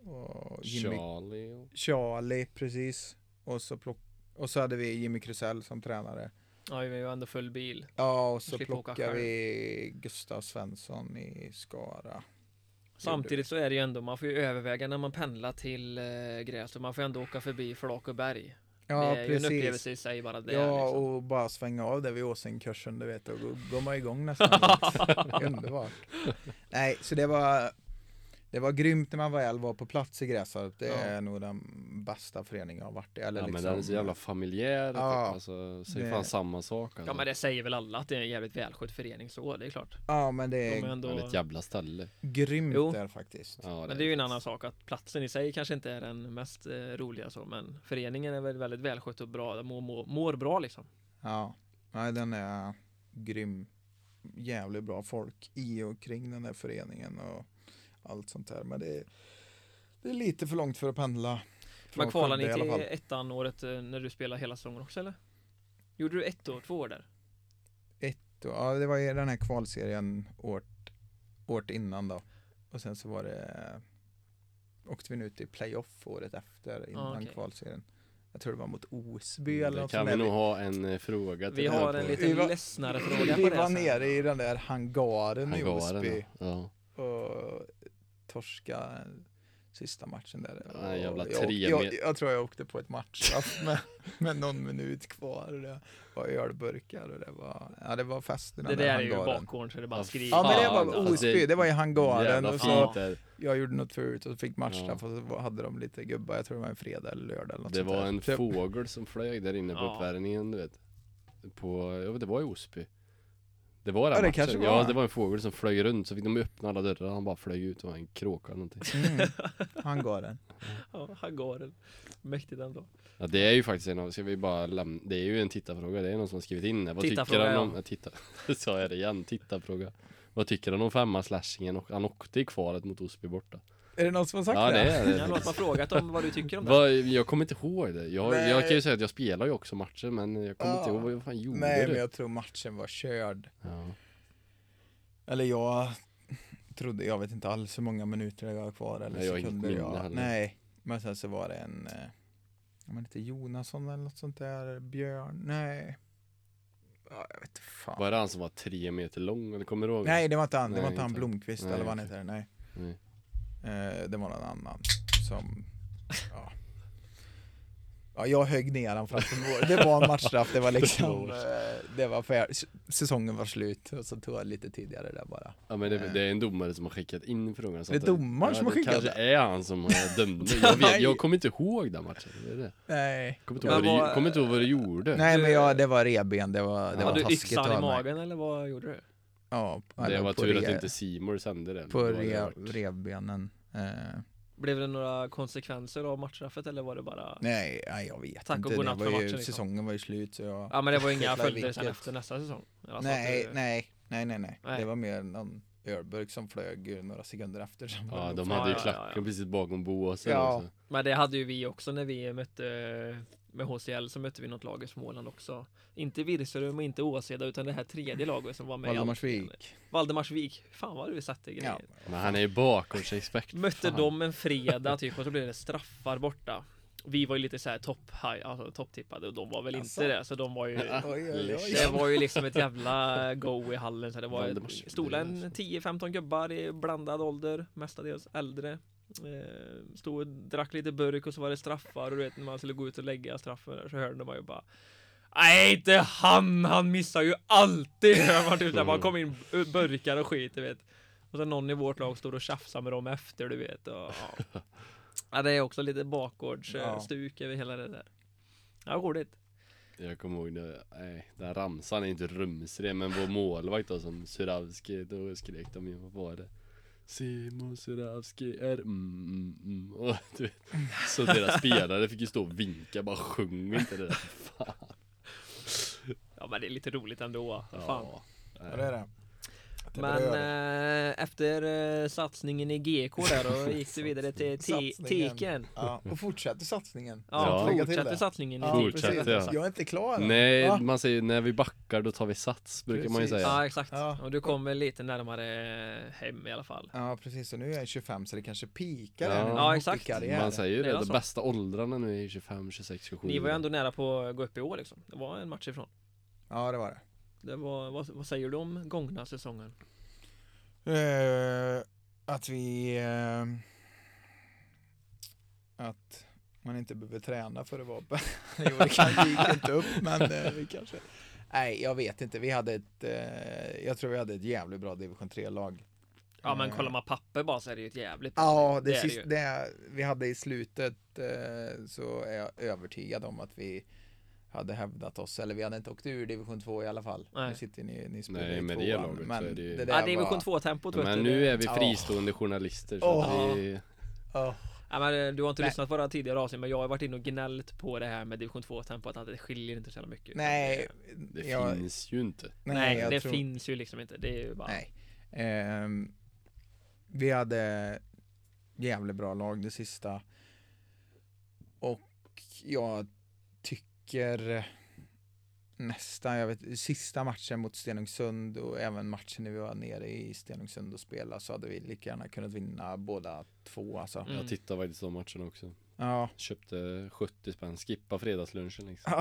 och Jimmy Charlie och... Charlie, precis. Och så, plock, och så hade vi Jimmy Krusell som tränare. ja vi var ju ändå full bil. Ja, och så Slipper åka plockade själv. vi Gustav Svensson i Skara. Samtidigt så är det ju ändå, man får ju överväga när man pendlar till eh, Grästorp, man får ju ändå åka förbi Flakoberg. Ja, det är ju en precis. upplevelse i sig bara det. Ja, liksom. och bara svänga av där vid Åsenkursen, du vet, och då går man igång nästan. Underbart. Nej, så det var, det var grymt när man väl var på plats i Grästorp. Det Ja. är nog den bästa föreningen jag har varit i. Eller Ja men liksom, den är så jävla familjär Ja. typ. alltså, säg Det- fan samma sak alltså. Ja men det säger väl alla att det är en jävligt välskött förening så, det är klart. Ja, men det De är är ändå... Ja, det är ett jävla ställe grymt Jo. där faktiskt. ja, Men det är ju en fett. annan sak att platsen i sig kanske inte är den mest eh, roliga så men föreningen är väl väldigt välskött och bra, den mår, mår, mår bra liksom. Ja, nej den är grym. Jävligt bra folk i och kring den här föreningen och allt sånt där. Men det är, det är lite för långt för att pendla. Men från kvalade Skövde ni i alla till fall. ettan året eh, när du spelade hela säsongen också eller? Gjorde du ett år, två år där? Då, ja, det var ju den här kvalserien året, året innan då. Och sen så var det åkte vi ut i playoff året efter innan okej. kvalserien. Jag tror det var mot Osby eller Det något kan sånt vi där. nog ha en eh, fråga till Vi den här har på- en Vi lite var- ledsnare fråga Vi på det alltså. var sen. nere i den där hangaren, i hangaren, Osby. ja. och torska Sista matchen där. Ja, en jävla jag, tre jag, jag, med- jag tror jag åkte på ett matchstraff med, med någon minut kvar och det var ölburkar och det var, ja det var festerna Det där i där är ju hangaren. bakgården så det bara Ja, skriker. Ja men det Fan, var alltså, alltså. det- OSB, det var i hangaren Jävla och så fint där. jag gjorde något förut och så fick matchstraff och så hade de lite gubbar, jag tror det var en fredag eller lördag eller något Det sånt var där. en Typ. fågel som flög där inne på Ja. uppvärmningen du vet. På, jag vet, det var i Osby. Det var den Ja, det matchen. kanske var. Ja det var en fågel som flög runt så fick de öppna alla dörrar han bara flög ut och var en kråka eller någonting. Mm, hangaren. Ja, hangaren. Mäktigt ändå. Ja det är ju faktiskt en av, ska vi bara lämna, det är ju en tittarfråga, det är någon som har skrivit in det. Vad tycker Tittarfråga, han ja. om, ja. titta, sa jag det igen, tittarfråga. Vad tycker han om femma slashingen och han åkte i kvalet mot Osby borta? Är det någon som har sagt Ja det är Jag har det. man frågat om vad du tycker om det. Vad, jag kommer inte ihåg det. Jag, Nej. jag kan ju säga att jag spelar ju också matcher men jag kommer Ja. inte ihåg vad jag fan gjorde. Nej det. men jag tror matchen var körd. ja. Eller jag trodde, jag vet inte alls hur många minuter jag har kvar eller Nej, jag har inget sekunder minne jag, heller. Nej, men sen så var det en, eh, ja, men lite Jonasson eller något sånt där, Björn, nej. Ja, jag vet inte fan. Var det han som var tre meter lång? Eller kommer du ihåg? Nej det var inte han, det Nej, var inte han inte. Blomqvist Nej, eller vad han okej. heter, nej. Nej. Eh, det var någon annan som, ja. Ja, jag högg ner han framför mål. Det var en matchstraff, det var liksom, eh, det var färdigt. Säsongen var slut och så tog jag lite tidigare där bara. Ja men det, Nej. det är en domare som har skickat in frågan. så Det är att domaren som har skickat Det kanske är han som eh, dömde. Jag, vet, jag kommer inte ihåg den matchen. Det är det. Nej. Kommer inte ihåg Jag vad var- du, kommer inte ihåg vad du gjorde. Nej men Du- jag, det var reben, det var, Ja, det var Hade du taskigt yxan i av mig. magen eller vad gjorde du? Ja, det eller var på tur att re- inte Seymour sände den. På Då hade det re, varit- revbenen. Eh, Blev det några konsekvenser av matchstraffet eller var det bara? nej, nej, jag vet Tack och inte. godnatt det för var ju, matchen, liksom. Säsongen var ju slut så jag... Ja men det var ju inga Jävla följder sen vilket. efter nästa säsong. Alltså att nej, du- nej, nej, nej, nej, Nej. Det var mer någon ölburk som flög några sekunder efter. Som var Ja de nog- hade ju Ja, ja, klacken ja. precis bakom alltså. båsen Ja. också. Men det hade ju vi också när vi mötte med HCL så mötte vi något lag i Småland också. Inte Virserum och inte Åseda utan det här tredje laget som var med. i allt. Valdemarsvik. Valdemarsvik. Fan vad du satte grejer. Ja. Men han är ju bakgårdsexpert. Mötte fan. dem en fredag typ och så blev det straffar borta. Vi var ju lite så här topp high, alltså topptippade och de var väl Alltså. inte det så de var ju Oj, oj, oj. Det var ju liksom ett jävla go i hallen så det var ett, Valdemars- stola en 10-15 gubbar i blandad ålder Mestadels äldre eh, Stod och drack lite burk och så var det straffar och du vet när man skulle gå ut och lägga straffen där så hörde man ju bara Nej inte han, han missar ju alltid! Hör man typ där, man kom in burkar och skit du vet Och sen någon i vårt lag stod och tjafsade med dem efter du vet och, ja. ja det är också lite Ja. bakgårdsstuk över hela det där Ja roligt Jag kommer ihåg det, nej, den här ramsan är inte rumsren men vår målvakt då som Suravski, då skrek de ju, vad var det? Simon Suravski är mm, mm, mm. Och, du vet, Så deras spelare fick ju stå och vinka, bara sjung inte det där, fan. Ja men det är lite roligt ändå. Fan. Ja, Ja, det är det. det men berör. eh, efter eh, satsningen i GK där då gick du vidare till te- Satsningen. Teken. Ja, och fortsätter satsningen. Ja, Ja. Lägga till fortsätter det. satsningen i Ja, Teken. Fortsätter, precis. ja. Jag är inte klar än. Nej, Va? man säger när vi backar då tar vi sats, brukar man ju Precis. säga. Ja exakt. Ja. Och du kommer lite närmare eh, hem i alla fall. Ja precis, och nu är jag 25 så det kanske pikar Ja. här nu. Ja, Hockeykarriär. exakt. Man säger ju Det är det, de så. bästa åldrarna nu är 25, 26, 27 Ni var ju ändå nära på att gå upp i år liksom. Det var en match ifrån. Ja det var det. Det var, vad, vad säger du om gångna säsongen? Eh, att vi... eh, att man inte behöver träna för att vara uppe. jo, det kanske gick inte upp, men eh, vi kanske... Nej, jag vet inte. Vi hade ett... eh, jag tror vi hade ett jävligt bra division 3-lag. Ja men kollar man papper bara så är det ju ett jävligt Eh. Ja, det, det är det sist, ju. det vi hade i slutet eh, så är jag övertygad om att vi hade hävdat oss, eller vi hade inte åkt ur division 2 i alla fall. Nej. Nu sitter ni, ni spelar Nej, i med det tvåan, laget så men är det ju- det där Ja, division var- 2-tempot vet Men du. nu är vi Ja. fristående journalister så Åh. att vi, Ja. Ja, men eh, du har inte Nej. lyssnat på våra tidigare avsnitt men jag har varit inne och gnällt på det här med division 2 tempot att det skiljer inte så jävla mycket. Nej, det jag- finns ju inte. Nej, Nej jag det tror- finns ju liksom inte. Det är ju bara... Nej. Ehm, vi hade jävligt bra lag det sista. Och jag tycker nästan, jag vet, sista matchen mot Stenungsund och även matchen när vi var nere i Stenungsund och spelade så hade vi lika gärna kunnat vinna båda två alltså. Mm. Jag tittade faktiskt på matchen också. Ja. Köpte 70 spänn, skippa fredagslunchen liksom.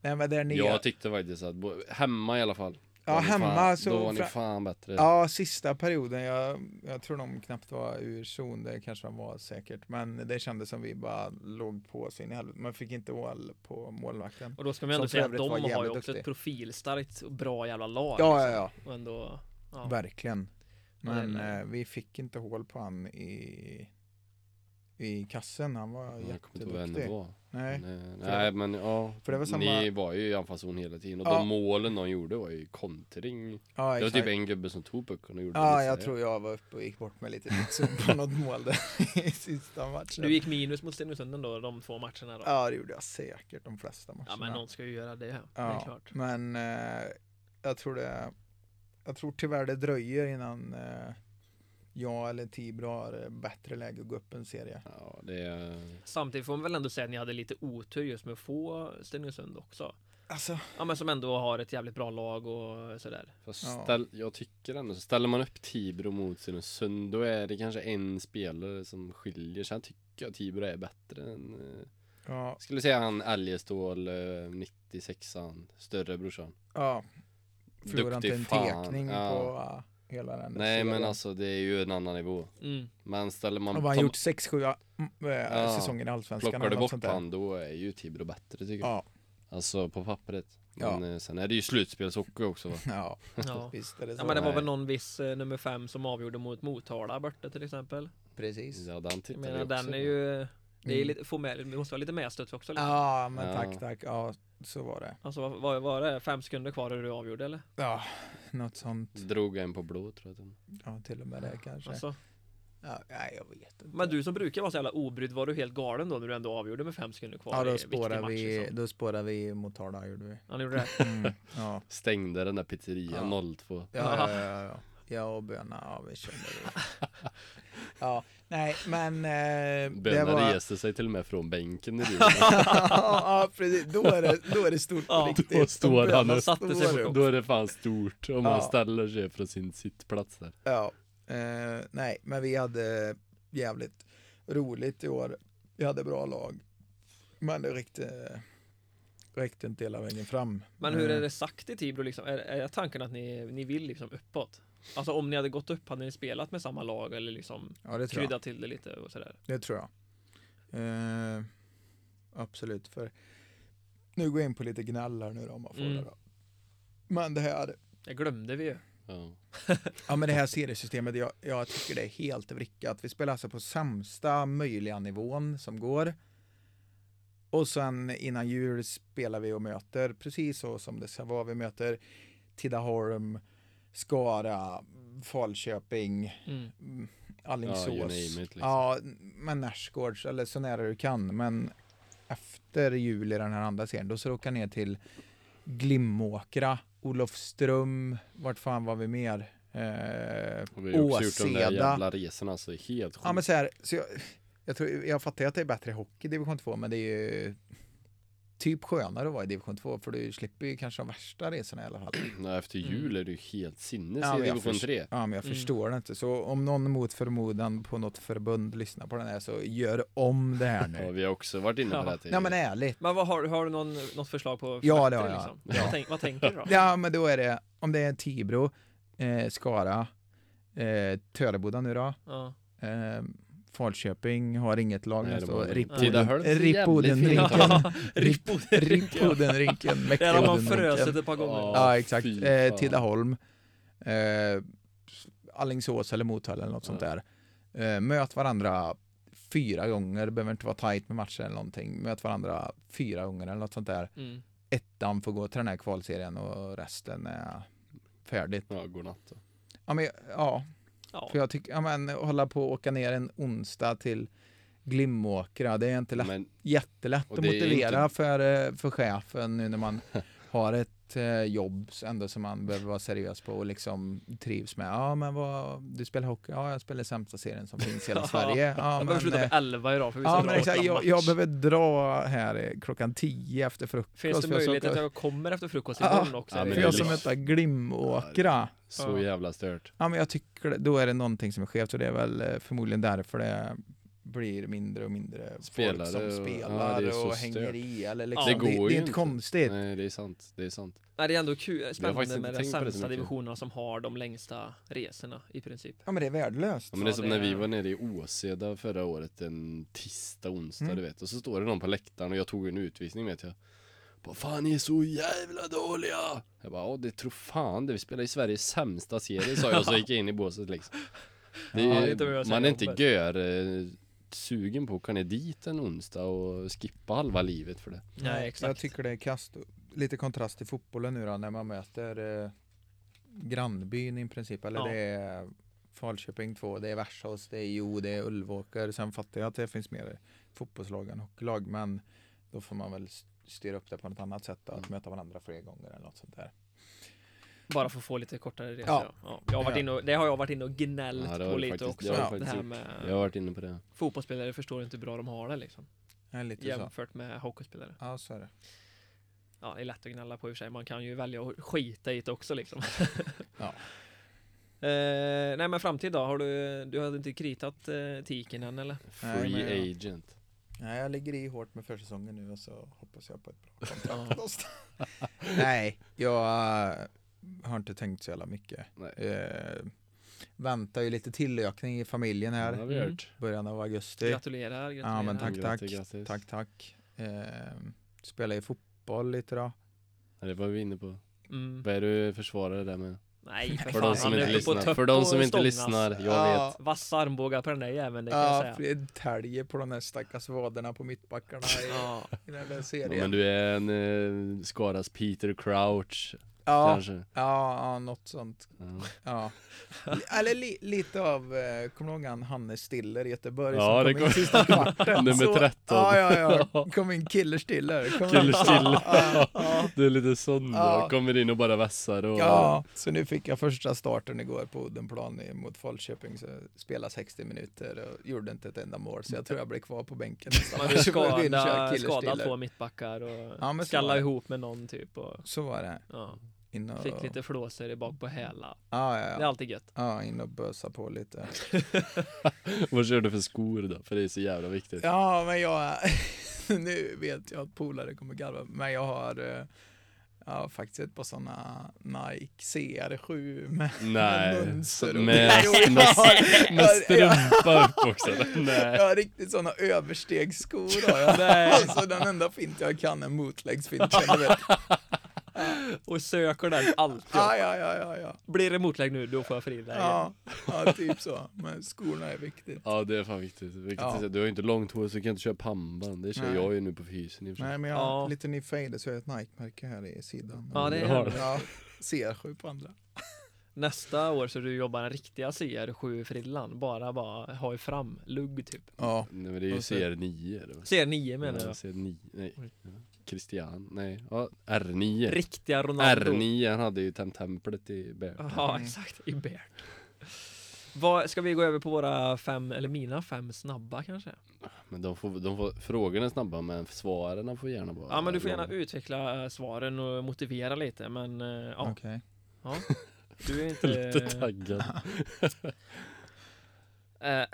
Nej men där nere. Jag tyckte faktiskt att, bo- hemma i alla fall, Då Ja, var ni hemma fan, så... Då var ni fra- fan bättre. Ja, sista perioden, jag, jag tror de knappt var ur zon, det kanske de var säkert, men det kändes som vi bara låg på sin i helvete. Man fick inte ål på målvakten. Och då ska man ju Som ändå för säga att övrigt de var har ju jävligt också duktig. ett profilstarkt och bra jävla lag. Ja, ja, liksom. ja, Och ändå, ja. verkligen. Ja, det är Men det. eh, vi fick inte hål på han i, i kassen, han var Ja, Jag kommer inte ihåg vem det jätteduktig. var. Nej. Men, eh, För det- Nej men ja, för det var ni samma- var ju i anfallszon hela tiden och Ja. de målen de gjorde var ju kontring. Ja, Det var exakt. typ en gubbe som tog pucken och gjorde Ja, missar. jag tror jag var uppe och gick bort med lite liksom på något mål där i sista matchen. Du gick minus mot Stenungsund ändå de två matcherna då? Ja, Ja, det gjorde jag säkert de flesta matcherna. men någon ska ju göra det. Det är Ja, klart. men eh, jag tror det Jag tror tyvärr det dröjer innan eh, jag eller Tibro har eh, bättre läge att gå upp en serie. Ja, det är... Samtidigt får man väl ändå säga att ni hade lite otur just med att få Stenungsund också. Alltså, Ja men som ändå har ett jävligt bra lag och sådär. Fast Ja. ställ, jag tycker ändå, så ställer man upp Tibro mot Stenungsund då är det kanske en spelare som skiljer sig. Sen tycker jag Tibro är bättre än eh, ja, Skulle säga han Älgestål, eh, 96an, större brorsan. ja. Förlorar Duktig inte en fan, tekning ja. på eh, hela den där Nej serien. men alltså det är ju en annan nivå. Mm. Men ställer man... Har man tar- gjort 6-7 äh, Ja. säsonger i Allsvenskan Plockar du något sånt bort där. han då är ju Tibro bättre tycker jag. Ja, Alltså på pappret. Ja. Men eh, sen är det ju slutspelshockey också va? ja, Ja. visst är det så. ja men det var Nej. väl någon viss eh, nummer fem som avgjorde mot Motala borta till exempel. Precis. Ja den Jag tittar vi menar också den är på. ju, det är Mm. lite, får med, det måste vara lite medstuds också. Liksom. Ja, men Ja. tack, tack. Ja, så var det. Alltså vad var, var det? Fem sekunder kvar och du avgjorde eller? Ja, något sånt. Drog en på blå tror jag. Ja, till och med det kanske. Alltså. Ja, nej, jag vet inte. Men du som brukar vara så jävla obrydd, var du helt galen då när du ändå avgjorde med fem sekunder kvar? Ja, i då viktig spårar match, vi, liksom? då spårar vi Motala gjorde vi. Han gjorde det? Mm, ja. Stängde den där pizzerian Ja. 02. Ja, ja, ja, ja. Jag och Böna, ja vi körde det. Ja, nej men eh, det Böna var... reste sig till och med från bänken i Luleå. ja, precis. Då är det, då är det stort på Ja, riktigt. då står Böna han och satte sig står på upp. Då är det fan stort om Ja. man ställer sig från sin sittplats där. Ja, eh, nej men vi hade jävligt roligt i år. Vi hade bra lag. Men det räckte, räckte inte hela vägen fram. Men hur Eh, är det sagt i Tibro liksom? Är, är tanken att ni, ni vill liksom uppåt? Alltså om ni hade gått upp, hade ni spelat med samma lag eller liksom Ja, det tror jag. kryddat till det lite och sådär? Det tror jag. Eh, absolut, för nu går jag in på lite gnäll här nu då, om man får Mm. det då. Men det här, Det glömde vi ju. Ja. ja men det här seriesystemet, jag, jag tycker det är helt vrickat. Vi spelar alltså på sämsta möjliga nivån som går. Och sen innan jul spelar vi och möter, precis så som det ska vara. Vi möter Tidaholm, Skara, Falköping, Mm. mm, Ja, you Alingsås. name it, liksom. Ja, men Nashgårds, eller så nära du kan. Men efter jul i den här andra serien, då ska du åka ner till Glimåkra, Olofström, vart fan var vi mer? Eh, Och vi har också gjort de där Åseda. jävla resorna så det är helt sjukt. ja men så här, så jag, jag, tror, jag fattar ju att det är bättre i hockey i division 2, men det är ju typ skönare att vara i division 2, för du slipper ju kanske de värsta resorna i alla fall. Nej, Efter jul är det ju helt sinnes Mm. Ja, i men jag division förs- 3. Ja, men jag förstår det inte. Så om någon mot förmodan på något förbund lyssnar på den här, så gör om det här Ja, nu. vi har också varit inne på Ja. det här tidigare. Nej men ärligt. Men vad har, har du någon, något förslag på? Ja, frakter, det har jag. Vad, tänk, vad tänker du då? Ja, men då är det, om det är Tibro, eh, Skara, eh, Töreboda nu då, Ja. eh, Falköping har inget lag Nej, nästa det var år. det. Rip Tidaholm ser jävligt fint ut. Ripodenrinken. Ja, Rippoden. Ripodenrinken. Där har man Mäktigodenrinken. fröset ett par gånger. Ja, Ja, exakt. fy Eh, fan. Tidaholm, eh, Alingsås eller Motala eller något sånt där. Eh, möt varandra fyra gånger, behöver inte vara tajt med matcher eller någonting. Möt varandra fyra gånger eller något sånt där. Mm. ettan får gå till den här kvalserien och resten är färdigt. Ja, godnatt då. Ja, men, ja Ja. för jag tycker, ja men hålla på och åka ner en onsdag till Glimåkra, det är inte lätt, Men jättelätt och att det är motivera inte- för, eh, för chefen nu när man har ett eh, jobb ändå som man behöver vara seriös på och liksom trivs med. Ja men vad, du spelar hockey? Ja jag spelar sämsta serien som finns i hela Ja. Sverige. Ja, Jag men, behöver sluta eh, vid 11 idag för vi ska ja, dra men exakt, vårt jag, match. jag behöver dra här eh, klockan tio efter frukost. Finns det för jag ska möjlighet åka- att jag kommer efter frukost Ja, imorgon också? Ah, ja, Eller? men det för är jag som lyx. möter Glimåkra. så Ja. jävla stört. Ja, men jag tycker det, då är det någonting som är skevt och det är väl eh, förmodligen därför det blir mindre och mindre Spelare folk som och- spelar ja, det är och så hänger stört. i. Eller Det liksom, det, går det ju är inte inte. konstigt. Nej, det är sant. Det är sant. Nej, det är ändå kul, faktiskt spännande inte med de tänkt på det så sämsta mycket. divisionerna som har de längsta resorna i princip. Ja men det är värdelöst. Ja, men det är Ja, som det när vi är- var nere i Åseda förra året en tisdag, onsdag Mm. du vet. Och så står det någon på läktaren och jag tog en utvisning vet jag. Bara, fan ni är så jävla dåliga! Jag bara, ja det tror fan det, vi spelar i Sveriges sämsta serie sa jag och så gick jag in i båset liksom. Det Ja, det är, vet jag vad jag man är säger, inte Robert. gör eh, sugen på att åka ner dit en onsdag och skippa halva livet för det. Nej, Jag exakt. tycker det är kast lite kontrast till fotbollen nu då när man möter eh, grannbyn i princip. Eller Ja. det är Falköping 2, det är Värsås, det är Jo, det är Ulvåker. Sen fattar jag att det finns mer fotbollslag än hockeylag men då får man väl s- styra upp det på något annat sätt då, att Mm. möta varandra fler gånger eller något sånt där. Bara för att få lite kortare resor. Ja. Ja. Jag har varit Ja. inne och, det har jag varit inne och gnällt Ja, det har på du lite faktiskt- också. det har du Det, här faktiskt med Jag har varit inne på det. fotbollsspelare förstår inte hur bra de har det liksom. Ja, lite så. Jämfört med hockeyspelare. Ja, så är det. Ja, det är lätt att gnälla på i och för sig. Man kan ju välja att skita i det också liksom. Ja. Eh, nej men framtid då? Har du, du hade inte kritat eh, tiken än eller? Nej, Free men jag- agent. Nej, jag ligger i hårt med försäsongen nu och så hoppas jag på ett bra Ja. Nej, jag eh, har inte tänkt så jävla mycket. Nej. Eh, väntar ju lite tillökning i familjen Ja, här, det har vi Mm. hört. början av augusti. Gratulerar, gratulerar. Ja, men tack, tack, Grattis, grattis. tack, tack. Eh, spelar ju fotboll lite då. Ja, Det var vi inne på. Mm. Vad är du försvarare där med? Nej för, För fan, de som han inte är uppe på lyssnar, topp för de och alltså. som inte stångas. lyssnar, jag Ja. vet. Vassa armbågar på den där jäveln, det kan Ja, jag säga. det täljer på de där stackars vaderna på mittbackarna i, Ja, i den där Ja, serien. men du är en eh, Skaras Peter Crouch Ja, kanske? ja, ja, något sånt. Ja, Ja. Li- Eller li, lite av, eh, kommer du ihåg han Hannes Stiller i Göteborg Ja, det som kom in kommer- sista kvarten? Nummer Så- 13. Alltså, Ja, ja, ja. Kom in Killer Stiller. Kom in. Killer Stiller. Ja, ja. Du är lite sån då, Ja. kommer in och bara vässar och... Ja, så nu fick jag första starten igår på Odenplan mot Falköping. Så jag spelade 60 minuter och gjorde inte ett enda mål, så jag tror jag blev kvar på bänken. nästa man match. vill Så får jag gå in och köra skada, Killer skada Stiller. två mittbackar och Ja, men så var skalla det. ihop med någon typ och Så var det. ja. In och, Fick lite flåser i bak på häla. Ja, Det är ja, ja. alltid gött. ja, in och bösa på lite. Vad kör du för skor då? För det är så jävla viktigt. Ja, men jag... nu vet jag att polare kommer garva, men jag har eh, ja, faktiskt ett par sådana Nike CR7 med Nej, Med mönster och- med, med, Jo, jag har- med jag- strumpa upp också. Nej. Jag har riktigt sådana överstegsskor har jag. Nej. Alltså den enda fint jag kan är motläggsfinten, du vet. Och söker den alltid. Ja, ja, ja, ja, ja. Blir det motlägg nu, då får jag friläge. Ja, ja, typ så. Men skorna är viktigt. Ja det är fan viktigt. Vilket Ja. är- Du har ju inte långt hår så du kan inte köra pannband. Det kör Nej. jag ju nu på fysen i och för sig. Nej, men jag har Ja. lite ny fader så jag har ett Nike-märke här i sidan. Ja, det är Ja. Ja, CR7 på andra. Nästa år så du jobbar den riktiga CR7-frillan. Bara bara ha i fram lugg typ. Ja, Nej men det är ju Och så- CR9 eller vad? CR9 menar Ja, Mm. jag. C9, Eh, nej. Christian, nej. Ja, R9. Riktiga Ronaldo. R9, han hade ju templet i Bear. Ja, exakt. I Bert. Vad, ska vi gå över på våra fem, eller mina fem snabba kanske? Men de får, de får, frågorna är snabba men svaren får gärna vara Ja, men du får gärna långa. utveckla eh, svaren och motivera lite, men eh, ja, okej. du är inte... Lite taggad. Eh,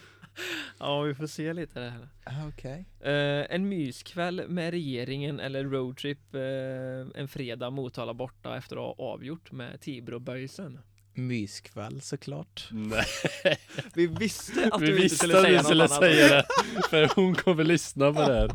ja, vi får se lite det här. Ah, Okej. Eh, en myskväll med regeringen eller roadtrip eh, en fredag Motala borta efter att ha avgjort med Tibroböjsen. Myskväll såklart. Nej, Vi visste att vi du inte visste skulle att säga du något skulle annat. säga det. För hon kommer lyssna på det här.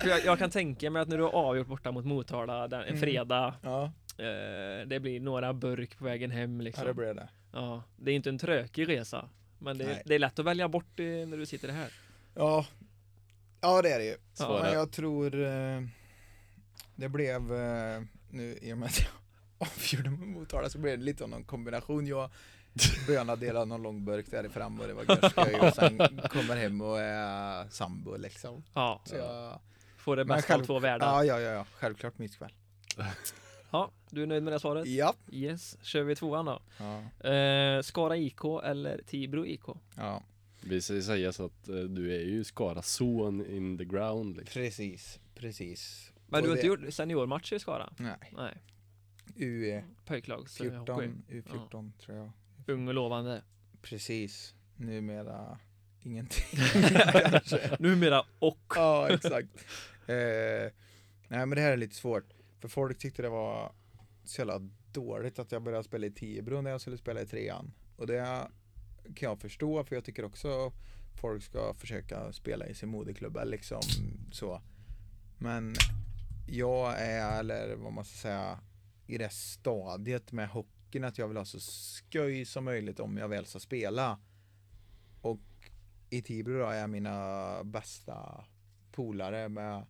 För jag, jag kan tänka mig att när du har avgjort borta mot Motala där, en Mm. fredag, Ja, eh, det blir några burk på vägen hem liksom. ja det blir det. Ja, det är inte en trökig resa. Men det Nej. är, det är lätt att välja bort eh, när du sitter här. Ja, ja det är det ju. Svara. Men jag tror eh, det blev, eh, nu i och med att jag avgjorde med Motala så blev det lite av någon kombination. Jag bönadelade någon lång burk där i fram och det var görskoj och sen kommer hem och är sambo liksom. Ja, Så jag, får det Men bästa själv- av två världar. Ja. ja, ja, ja, ja, självklart myskväll. du är nöjd med det svaret? Ja. Yes, kör vi tvåan då. ja. Eh, Skara IK eller Tibro IK? Ja, Vi ska ju säga så att eh, du är ju Skaras son in the ground liksom. precis, precis. Men Och du har det- inte gjort seniormatcher i Skara? Nej, E Nej, U14, pojklags eh, hockey. U14 tror jag. Ung och lovande. Precis, numera ingenting. Numera och. Ja, exakt. Eh, nej, men det här är lite svårt. För folk tyckte det var så jävla dåligt att jag började spela i Tibro när jag skulle spela i trean. Och det kan jag förstå för jag tycker också folk ska försöka spela i sin moderklubb eller liksom så. Men jag är, eller vad man ska säga, i det stadiet med hockeyn att jag vill ha så sköj som möjligt om jag väl ska spela. Och i Tibro då är jag mina bästa polare med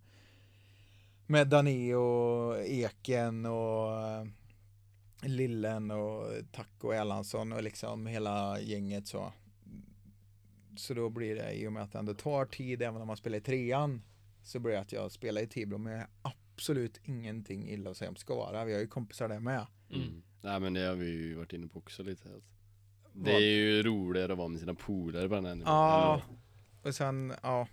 med Dani och Eken och eh, Lillen och Taco Erlandsson och liksom hela gänget så. Så då blir det i och med att det ändå tar tid även om man spelar i trean så blir det att jag spelar i Tibro men jag har absolut ingenting illa att säga om Skara. Vi har ju kompisar där med. Mm. Nej men det har vi ju varit inne på också lite. Att det Vad? är ju roligare att vara med sina polare på den här nivån. Ja. Och sen, ja.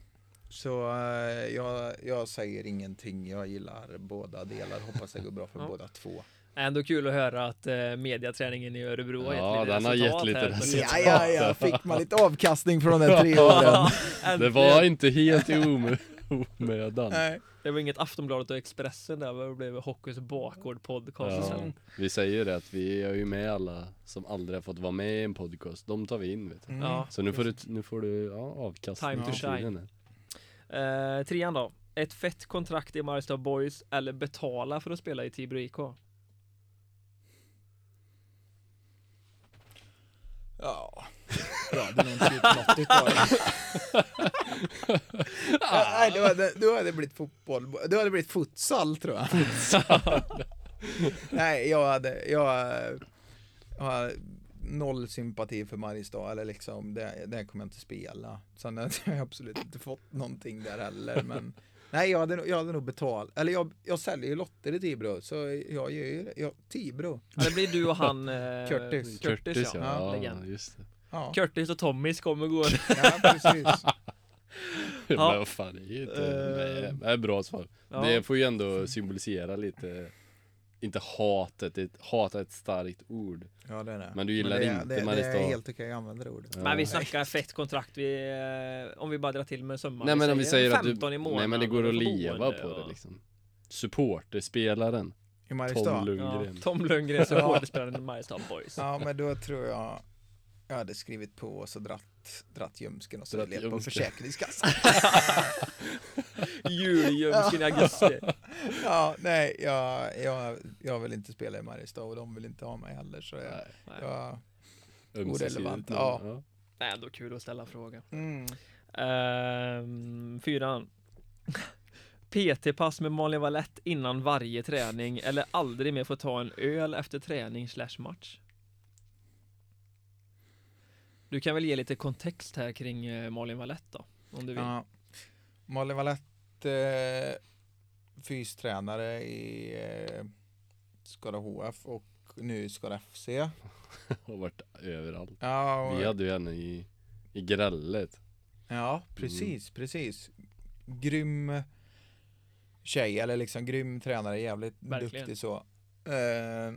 Så eh, jag, jag säger ingenting. Jag gillar båda delar. Hoppas det går bra för Ja. båda två. Ändå kul att höra att eh, mediaträningen i Örebro har Ja, gett lite den har resultat gett lite här. resultat. Ja, ja, ja. Fick man lite avkastning från de där tre åren. Det var inte helt i omö- omödan. Nej. det var inget Aftonbladet och Expressen där, men det blev Hockeys bakgård podcast. Ja, sen. Mm. vi säger det att vi är ju med alla som aldrig har fått vara med i en podcast. De tar vi in vet du. Mm. Ja. Så nu får du, nu får du ja, avkastning. Time to på shine. tiden här. Eh, trean då. Ett fett kontrakt i Mariestad Boys eller betala för att spela i Tibro IK? Ja. Jag hade nog inte gjort något utav det. Nej, då hade, då hade det blivit fotboll. Då hade det blivit futsal, tror jag. Nej, jag hade... Jag, jag har noll sympati för Mariestad, eller liksom, det, det kommer jag inte spela. Sen hade jag absolut inte fått någonting där heller, men... Nej, jag hade, nog- jag hade nog betalat. Eller jag, jag säljer ju lotter i Tibro, så jag gör ju det. Jag, Tibro. Ja, det blir du och han... Eh, Curtis. Curtis, ja. Ja, ja, legend. just det. Ja, Curtis och Tommys kommer gå. ja precis. Ja. Men vad fan, det är ju inte... Eh. Nej, det är bra svar. Ja. Det får ju ändå symbolisera lite, inte hatet, det, hat är ett starkt ord. Ja, det är det. Men du gillar det, inte det, det Mariestad. är helt okej att använda det ordet. Men vi snackar fett kontrakt, vi, eh, om vi bara drar till med summan. Nej men om vi säger att du, 15 i månaden. nej men det går att för leva boende på det och- liksom. Supporterspelaren, I Tom Mariestad? Ja, Lundgren. Tom Lundgren som Ja. skådespelaren i Mariestad Boys. Ja, men då tror jag jag hade skrivit på och så dratt, dratt ljumsken och så Dratt levt på ljumsken. Försäkringskassan. Julljumsken i augusti. ja, nej, jag, jag, jag vill inte spela i Mariestad och de vill inte ha mig heller. Så jag, Nej, jag, ömsesidigt. Orelevant, Men, ja. Nej, ändå kul att ställa frågan. mm. Ehm, fyran. PT-pass med Malin Valett innan varje träning eller aldrig mer få ta en öl efter träning slash match. Du kan väl ge lite kontext här kring eh, Malin Valett då? Om du vill. Ja. Molly Valett, eh, fystränare i eh, Skara HF och nu Skara FC. Har varit överallt. Ja, och- Vi hade ju henne i, i grället. Ja, Mm. precis, precis. Grym tjej, eller liksom grym tränare, jävligt Verkligen. duktig så. Eh,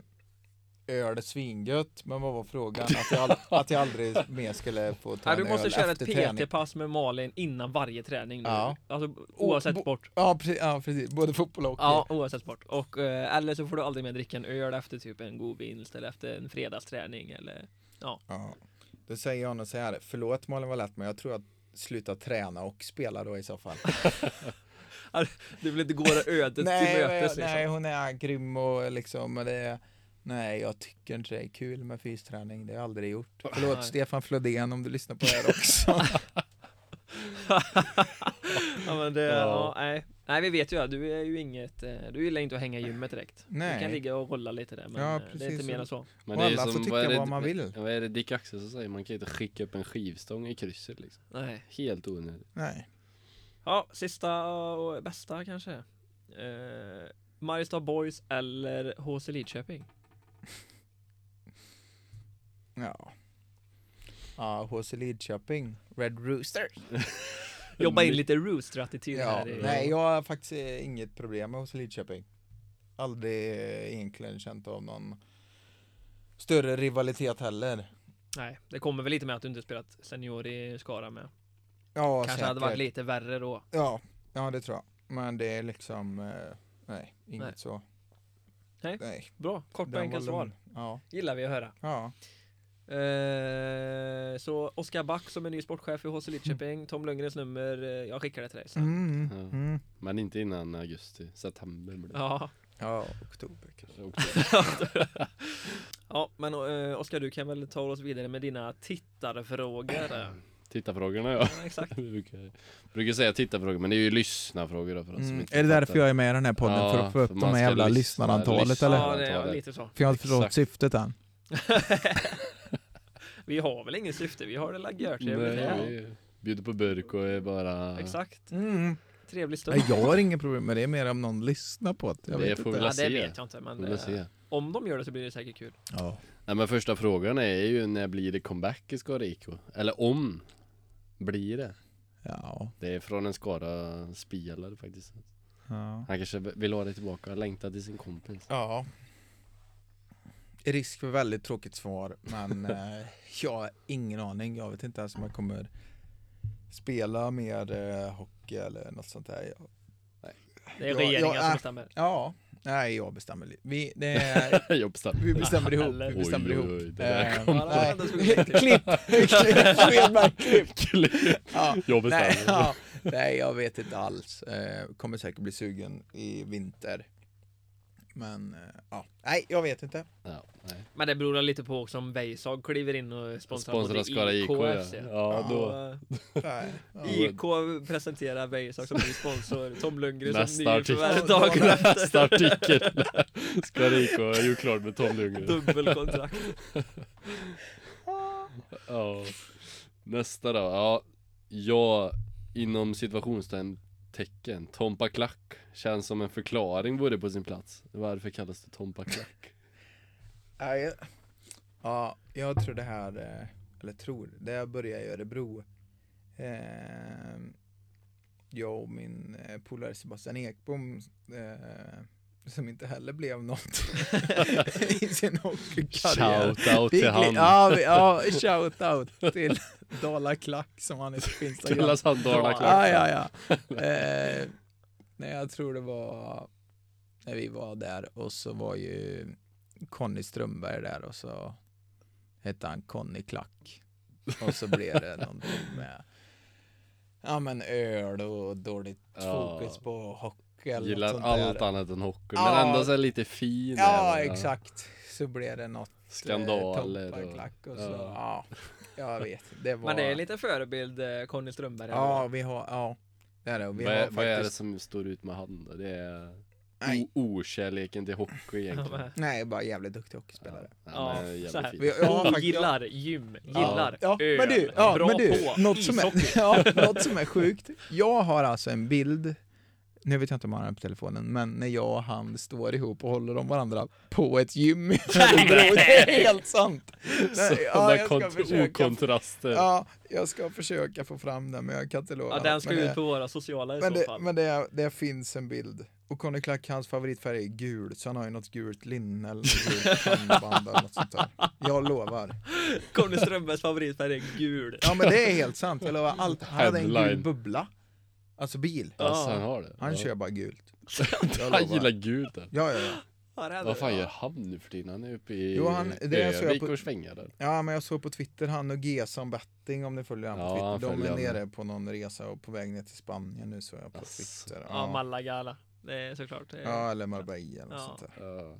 öl svingött, men vad var frågan? Att jag, ald- att jag aldrig mer skulle få ta Nej, du en måste öl köra efter ett träning. PT-pass med Malin innan varje träning. Nu. Ja. Alltså, oavsett bo- sport. Ja, precis, ja, precis. Både fotboll och Ja, hockey. oavsett sport. Och, eh, eller så får du aldrig mer dricka en öl efter typ en god vinst eller efter en fredagsträning eller Ja. Då säger jag nog så här, förlåt Malin Wallett, men jag tror att sluta träna och spela då i så fall. Du vill inte gå det ödet nej, till mötes nej, liksom. hon är grym och liksom men det Nej, jag tycker inte det är kul med fysträning. Det har jag aldrig gjort. Förlåt Nej. Stefan Flodén om du lyssnar på det här också. ja, men det, ja. Ja. nej. nej, vi vet ju att du är ju inget, eh, du gillar inte att hänga i gymmet direkt. Du Nej. kan ligga och rolla lite där men Ja, eh, det är precis inte mer så. än så. Men Och det är alla får tycka är det, vad man vill. Vad är det Dick Axelsson säger? Man kan ju inte skicka upp en skivstång i krysset liksom. Nej. Helt onödigt. Nej. Ja, sista och bästa kanske. Eh, Mariestad Boys eller HC Lidköping? Ja. Ja, HC Lidköping. Red Rooster. Jobba in lite rooster-attityd Mm. Ja. här. i- Nej, jag har faktiskt eh, inget problem med HC Lidköping. Aldrig eh, egentligen känt av någon större rivalitet heller. nej, det kommer väl lite med att du inte spelat senior i Skara med. Ja, Kanske säkert. hade varit lite värre då. Ja, ja det tror jag. Men det är liksom, eh, nej, inget Nej. så. Nej, Bra, kort och den enkelt var lugn. svar. Ja. Gillar vi att höra. ja. Eh, så Oskar Back som är ny sportchef i HC Lidköping, Tom Lundgrens nummer, eh, jag skickar det till dig sen. Mm, Ja. mm. Men inte innan augusti, september blir det. Ja, Ja, oktober kanske. Eller oktober. ja men eh, Oskar du kan väl ta oss vidare med dina tittarfrågor. Tittarfrågorna ja. Ja, exakt. Vi brukar, brukar säga tittarfrågor men det är ju lyssnarfrågor då för oss som Mm. inte Är det därför fattar. jag är med i den här podden? Ja, för att få för upp de man här ska jävla lyssna- lyssnarantalet lyssna. eller? Ja, det, ja, Antalet. lite så. För jag har inte förstått Exakt. syftet än. Vi har väl ingen syfte, vi har det lagt gör Nej, trevligt. vi bjuder på burk och är bara Exakt, Mm. trevlig stund. Nej, jag har inget problem med det, är mer om någon lyssnar på det. Jag Det vet får inte. vi ja, se. det vet jag inte, men Vi får eh, se. om de gör det så blir det säkert kul. Ja. Nej men första frågan är ju när blir det comeback i Skara IK? Eller om blir det? Ja. Det är från en Skara spelare faktiskt ja. Han kanske vill ha det tillbaka, längtar till sin kompis Ja. Risk för väldigt tråkigt svar, men eh, jag har ingen aning. Jag vet inte ens om jag kommer spela mer eh, hockey eller något sånt där. Jag, Det är Ja, regeringen ja, som äh. bestämmer. ja, nej, jag bestämmer. li- Vi, det är, Jag bestämmer vi bestämmer ihop. Eller- Vi bestämmer Oj, ihop. oj, oj, det där Eh, kom. Ja, det var ändå så nej. viktigt. Klipp! Klipp! Svedberg, klipp! Ja. Jag Nej, bestämmer ja, nej, jag vet inte alls. Eh, kommer säkert bli sugen i vinter. Men eh, ja, nej, jag vet inte. ja, nej. Men det beror lite på också om Veisag kliver in och sponsrar Sponsrar både Skara IK ja. FC. ja då Och, Nej, ja. IK presenterar Veisag som ny sponsor, Tom Lundgren som Nästa nyförvärv artikel. dagen Nästa efter. artikel Skara IK har gjort klart med Tom Lundgren Dubbelkontrakt. Ja. Nästa då. Ja, jag inom situationstecken Tompa Klack känns som en förklaring vore på sin plats. Varför kallas det Tompa Klack? Nej, jag- ja, jag tror det här, eh, eller tror, det här börjar i Örebro. Eh, Jag och min eh, polare Sebastian Ekbom, eh, som inte heller blev något i sin hockeykarriär. Shout out Vi till gli- han. Ja, vi- ja, shout out till Dala Klack som han heter på Instagram. Kallas han Dala Klack? Ja, ja, ja. Eh, nej, jag tror det var när vi var där och så var ju Conny Strömberg där och så hette han Conny Klack. Och så blev det någonting med ja, men öl och dåligt Ja. fokus på hockey eller något Gillar sånt allt där. annat än hockey, Ja. men ändå så här lite fin. Ja, eller, exakt. Så blev det något Skandaler och... och... klack och så. Ja. ja. jag vet. Det var... Men det är lite förebild eh, Conny Strömberg. Ja, vi har... Ja. Det är det. Och Vi Vad, har är, faktiskt... vad är det som står ut med han då? Det är Nej. o- okärleken till hockey egentligen. Nej, bara jävligt duktig hockeyspelare. Ja, Ja, men jävligt så här. fint. Vi- jag har faktiskt- Gillar gym, gillar Ja, öl, men du, ja, bra men du på, något, som ishockey. är, ja, något som är sjukt. Jag har alltså en bild, nu vet jag inte om han har den på telefonen, men när jag och han står ihop och håller om varandra på ett gym i Örebro. Det är helt sant. Nej, Sådana jag ska kont- försöka- okontraster. Ja, jag ska försöka få fram den, men jag kan inte lova. Ja, något. den ska men ut det- på våra sociala i men så det, fall. men det, det finns en bild. Och Conny Klack, hans favoritfärg är gul, så han har ju något gult linne eller något gult pannband eller något sånt där. Jag lovar. Conny Strömbergs favoritfärg är gul. Ja men det är helt sant, jag lovar allt. Han hade en gul Headline. bubbla. Alltså bil. Alltså, Ja. han har det. Han ja. kör bara gult. Jag Han lovar. gillar gult där. Ja, ja, ja. Ja, det här Vad fan var- gör han nu för tiden? Han är uppe i Jo, han- det är så jag Ö-vik på- och svängar där. ja, men jag såg på Twitter, han och Gesam Betting om ni följer honom Ja, på han Twitter. De är följer nere på någon resa och på väg ner till Spanien nu såg jag på Asså. Twitter. Ja, Ja, Malaga alla. Det är såklart. eh, det är- ja eller Marbella eller något Ja. sånt där. Ja.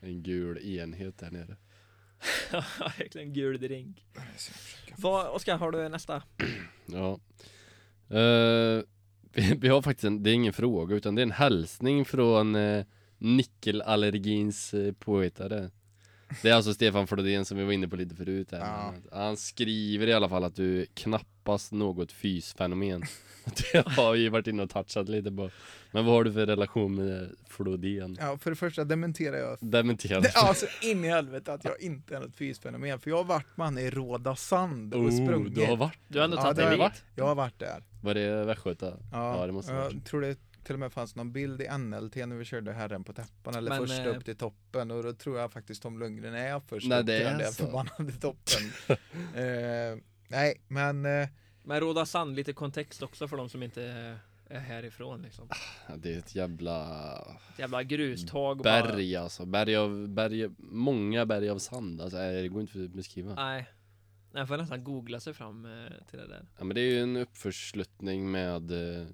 En gul enhet där nere. Verkligen gul drink. Jag ska försöka- Vad, Oskar, har du nästa? Ja. Eh, vi, vi har faktiskt en, det är ingen fråga utan det är en hälsning från uh, nickelallergins uh, påhittare. Det är alltså Stefan Flodén som vi var inne på lite förut här. Ja. Men Han skriver i alla fall att du är knappast något fysfenomen. Det har vi ju varit inne och touchat lite på. Men vad har du för relation med Flodén? Ja, för det första dementerar jag Dementerad. Det, alltså in i helvete att jag inte är något fysfenomen, för jag har varit man i Råda Sand och Oh, sprungit. du har varit? Du har ändå Ja, tagit det dig har dit. jag Jag har varit där. Var det Västgöta? Ja, Ja, det måste det ha jag tror det till och med fanns någon bild i NLT när vi körde herren på täppan eller Men, första eh, upp till toppen och då tror jag faktiskt Tom Lundgren är först Nej, upp det till är den där så. förbannade toppen. eh, nej, men eh, Men Råda Sand, lite kontext också för de som inte eh, är härifrån liksom. Ja, Det är ett jävla Ett jävla grustag och bara- berg alltså. Berg av, berg, många berg av sand. Alltså, nej, det går inte att beskriva. Nej. Jag får nästan googla sig fram eh, till det där. Ja, men det är ju en uppförsluttning med eh,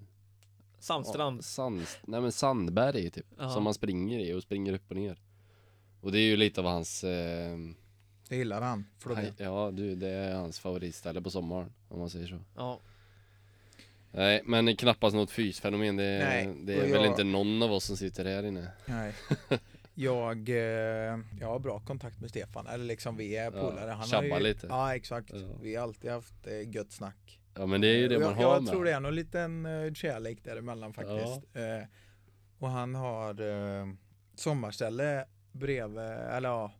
Sandstrand. sand, nej, men sandberg typ. Ja. Som man springer i och springer upp och ner. Och det är ju lite av hans eh, Det gillar han. För han, det. Ja du, det är hans favoritställe på sommaren om man säger så. Ja. Nej men det är knappast något fysfenomen. Det, Nej, det är och väl jag- inte någon av oss som sitter här inne. Nej. Jag, eh, jag har bra kontakt med Stefan, eller liksom vi är polare. Han har tjabbar ju, lite. Ja exakt. Ja. Vi har alltid haft eh, gött snack. Ja men det är ju det jag, man har Jag med. tror det är någon liten eh, kärlek däremellan faktiskt. Eh, och han har eh, sommarställe bredvid, eller ja,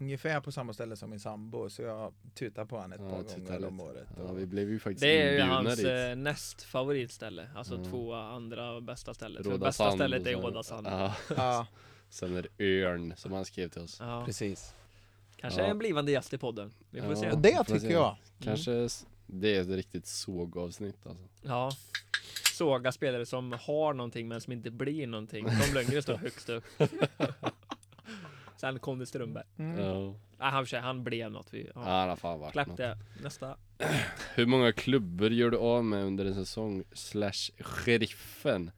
ungefär på samma ställe som min sambo. Så jag tutar på honom ett Ja, par titta gånger om lite. året. Ja, och- vi blev ju faktiskt Det är ju inbjudna hans liksom dit. eh, näst favoritställe. Alltså Ja. två andra bästa stället. För Råda bästa sand stället och är sen- Rådasand. Ja, ja, sen är det Örn som han skrev till oss. Ja. precis. Kanske Ja. en blivande gäst i podden. Vi får Ja. se. Och det får tycker se. jag. Kanske s- det är ett riktigt sågavsnitt alltså. Ja. Såga spelare som har någonting men som inte blir någonting. Tom Lundgren står högst upp. Sen kom det Strömberg. Mm. Ja. Nej, han, för sig, han blev något. Vi, Ja, ja. han har fan varit Släpp något. det. Nästa. Hur många klubbor gör du av med under en säsong? Slash sheriffen.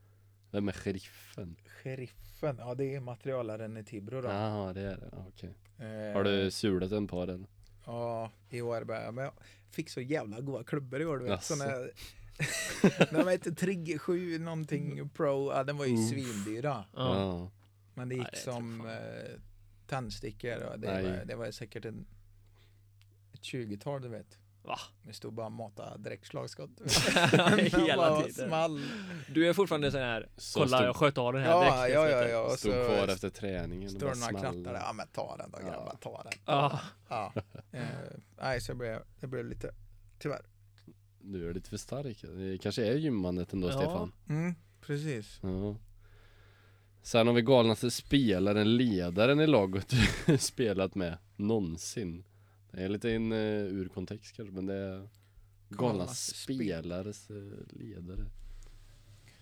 Vem är sheriffen? Sheriffen, ja det är materialaren i Tibro då. Jaha, det är det. Ja, Okej. Eh, Har du sulat en par eller? Ja, i år började jag. Men jag fick så jävla goa klubbor i år. Du vet. Jaså. Såna, när de hette Trigger 7 någonting Pro. Ja, den var ju Uff. svindyra. Ja. Men det gick Nej, det tror som eh, tändstickor och det Nej. var, det var säkert en ett 20-tal du vet. Va? Vi stod bara och matade direktslagskott. Man Hela bara tiden. Small. Du är fortfarande sån här, Som kolla stod- jag sköt av den här Ja, direkt. ja, ja, ja. Och Stod så kvar efter träningen och står bara det några small. knattar. Ja men ta den då Ja. grabbar, ta den. Ja. Ja. Eh, nej, så jag blev, jag blev lite, tyvärr. Du är lite för stark. Det kanske är gymmandet ändå Ja. Stefan. Mm, precis. Ja. Sen har vi galnaste spelaren, ledaren i laget du spelat med någonsin. Det är lite in uh, ur kontext kanske men det är galnaste Galnaste spel- spelares eh, ledare.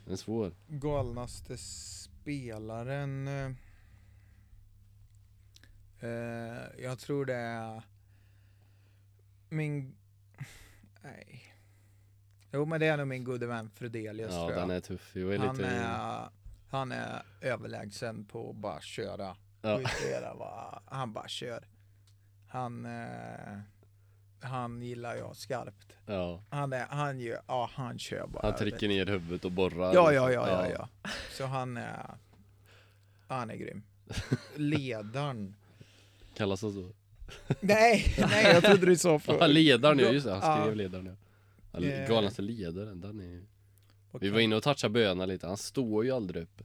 Den är svår. Galnaste spelaren. eh, eh, jag tror det är min... Nej. Jo men det är nog min gode vän Fredelius ja tror jag. den är tuff. Jag är han, lite, är, han är överlägsen på att bara köra. Ja. Justera vad, han bara kör. Han, eh, han gillar jag skarpt. ja, Han, är, han, gör, ja, han kör bara. han trycker ner huvudet och borrar. Ja, ja, ja, ja, ja. Så han är, han är grym. Ledaren. Kallas han så? Nej, nej, jag trodde du sa Ja, för. ledaren ja, just det. Han skrev Ja. ledaren ja. ja. le- Eh. Galnaste ledaren, den är Vi var inne och touchade böna lite, han står ju aldrig upp.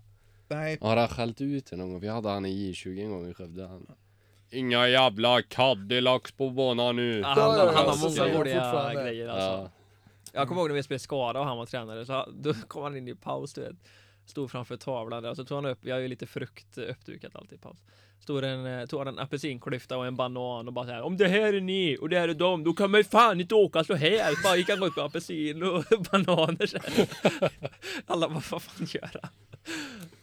Nej, Har han skällt ut det någon gång? Vi hade han i J20 en gång i Skövde. Han... Inga jävla Cadillacs på banan nu! Ja, Ja. han, ja, ja, han har så ser många jag roliga fortfarande. grejer Ah, alltså. Jag Mm. kommer ihåg när vi spelade Skara och han var tränare, så då kom han in i paus du vet. Stod framför tavlan där och så tog han upp, jag har ju lite frukt eh, uppdukat alltid i paus. Stod en, eh, tog han en apelsinklyfta och en banan och bara så här Om det här är ni och det här är dem, då kan man ju fan inte åka så här! Bara gick han runt med apelsin och bananer så här. Alla bara, vad fan gör han?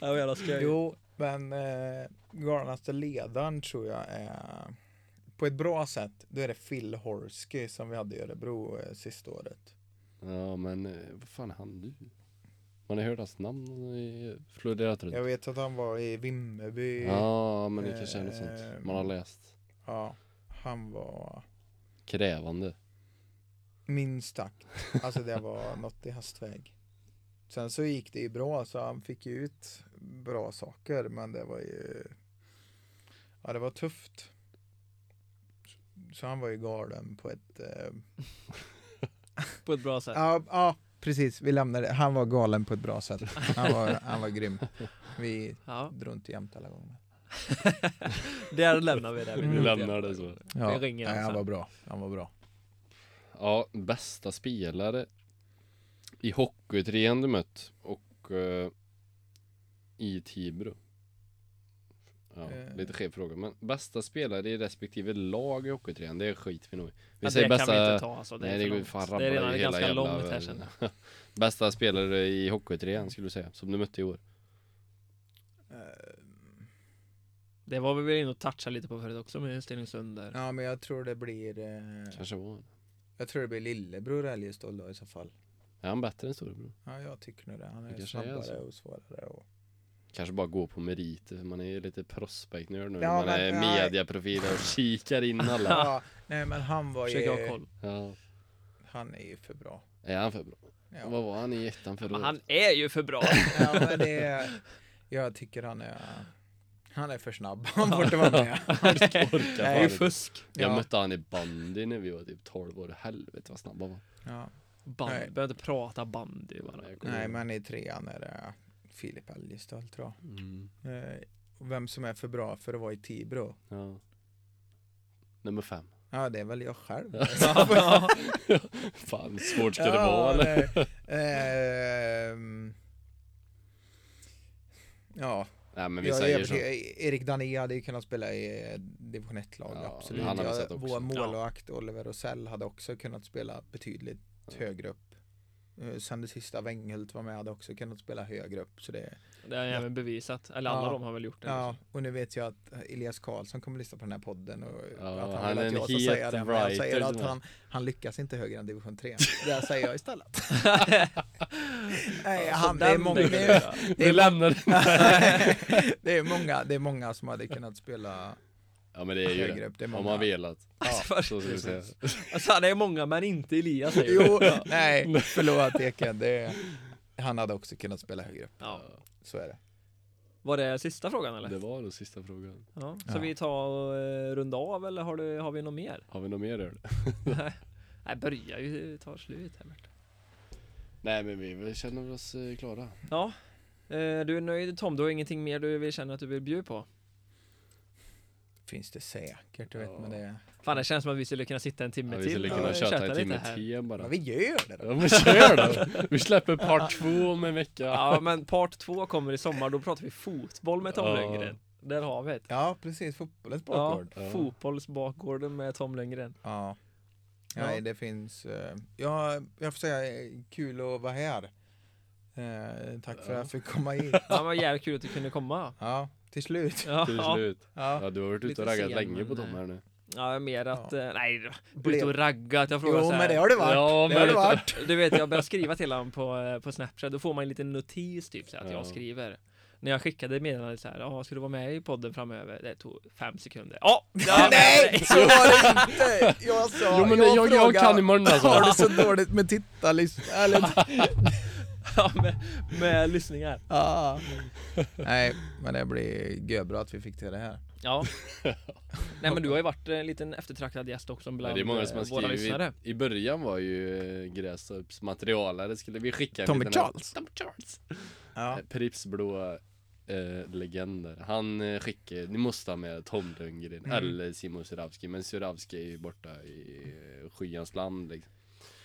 Det var jävla skoj. jo, men eh, galnaste ledaren tror jag är på ett bra sätt, då är det Phil Horsky som vi hade i Örebro eh, sista året. ja men eh, vad fan är han nu? Man har hört hans namn och det har florerat runt. Jag vet att han var i Vimmerby. Ja men det kanske är något sånt Ehm. man har läst. Ja, han var Krävande. minst sagt. Alltså det var något i hastväg. Sen så gick det ju bra, så han fick ju ut bra saker, men det var ju... Ja, det var tufft. Så han var ju galen på ett... Eh... På ett bra sätt. Ja, ja, precis. Vi lämnar det. Han var galen på ett bra sätt. Han var, han var grym. Vi Ja, drog inte jämnt alla gånger. där lämnar vi det. Vi lämnar det så. Ja. Vi ringer Nej, han han var sen. bra. Han var bra. Ja, bästa spelare i hockeytrean du mött och eh, i Tibro. Ja, Eh. lite skev fråga, men bästa spelare i respektive lag i hockeytrean, det skiter vi nog i. Vi Men säger det kan vi bästa... inte ta alltså. Det Nej, är, det för går ju långt. fan det är rabbla redan i hela ganska jävla eh, långt här världen. känner jag. Bästa spelare i Hockeytrean skulle du säga, som du mötte i år? Eh, Det var vi väl inne och touchade lite på förut också med Stenungsund där. Ja men jag tror det blir eh, Kanske var han. Jag tror det blir lillebror Älgestål då i så fall Är han bättre än storebror? Ja jag tycker nog det, han Det är kanske är snabbare så. och svårare och... Kanske bara gå på meriter, för man är ju lite prospect-nörd nu Ja, när man men- är nej. mediaprofil och kikar in alla Ja, nej men han var Försöker ha ju koll. ja. Han är ju för bra Är han för bra? Vad Ja, var han i ettan förra Men året? han är ju för bra! ja men det är, Jag tycker han är Han är för snabb, han får inte vara med Orkar Det fan är ju inte. fusk! Jag Ja. mötte han i bandy när vi var typ 12 år, helvete vad snabb han var ja. Bandy, Nej. behöver inte prata bandy bara. Jag kommer Nej ihåg. men i trean är det Filip Älgestål tror Mm, jag eh, och Vem som är för bra för att vara i Tibro ja. Nummer fem Ja det är väl jag själv Fan, svårt ska det vara eller? nej. Ehm. ja, Nej men vi jag, säger jag, så Erik Dané hade ju kunnat spela i eh, division 1-lag, Ja, absolut. han hade Jag- sett också. Vår målvakt Oliver Rosell hade också kunnat spela betydligt högre upp. Eh, Sen det sista Wenghult var med hade också kunnat spela högre upp. Så det, Det är även bevisat. Eller alla Ja. de har väl gjort det. ja, och nu vet jag att Elias Karlsson kommer lyssna på den här podden och Ja, att han, han vill är att en jag ska het säga det. Men jag säger writer, att som han, han lyckas inte högre än division 3. Det säger jag istället. Nej, Så han, det är Alltså, den många, lägger det du är, där. Vi lämnar det det är många, det är många som hade kunnat spela Ja men det är ju högre det, upp. Det är om många. man velat Alltså, vad- Så ska vi säga alltså, det är många men inte Elias säger du. Jo, nej, förlåt Eken. Det är, han hade också kunnat spela högre upp. Ja. Så är det. Var det sista frågan eller? Det var den sista frågan Ja. Så Ja. vi tar och eh, runda av eller har, du, har vi något mer? Har vi något mer öl? Nej, börjar ju ta slut här Bert. Nej men vi vi känner oss eh, klara Ja. Eh, Du är nöjd Tom, du har ingenting mer du vill känna att du vill bjuda på? Finns det säkert, du vet, Ja. men det... Fan det känns som att vi skulle kunna sitta en timme ja, Vi till skulle och kunna köta en lite timme här. till bara Men vi gör det då. Ja men kör då! Vi släpper part två om en vecka Ja men part två kommer i sommar, då pratar vi fotboll med Tom Ja. Lundgren Där har vi det Ja, precis. Fotbollens ja, bakgård. Ja. Fotbollsbakgården med Tom Lundgren Ja. Ja. Nej, det finns... eh, ja, jag får säga, eh, kul att vara här. Eh, tack för Ja. att jag fick komma hit. Ja men vad jävligt kul att du kunde komma Ja, till slut. Ja, Till ja. slut Ja. Ja du har varit ute Lite och raggat sen, länge på men, eh, dem här nu ja mer att, Ja. eh, nej, Blev- ute och raggat, jag frågar Jo, så här, men det har du varit. Ja, det har du men- varit. Du vet jag började skriva till honom på, eh, på Snapchat, då får man en liten notis typ så här, att Ja. jag skriver när jag skickade meddelandet såhär, ja ska du vara med i podden framöver? Det tog fem sekunder. Ja! Ja, nej, så var det inte! Jag sa, Jo men jag, jag, frågade, kan imorgon Har du alltså! så dåligt med titta, lyssna, eller... Ja, med, med lyssningar. Ah. Nej, men det blir göbra att vi fick till det här. Ja. Nej men du har ju varit en liten eftertraktad gäst också bland Ja, det är många som har eh, våra skrivit, lyssnare. i början var ju eh, Grästorps materialare skulle vi skicka en Tommy liten- Charles. Tommy Charles! Ja. Pripps blå eh, legender. Han eh, skickade, ni måste ha med Tom Lundgren Mm. eller Simon Suravski, men Suravski är ju borta i eh, skyans land liksom.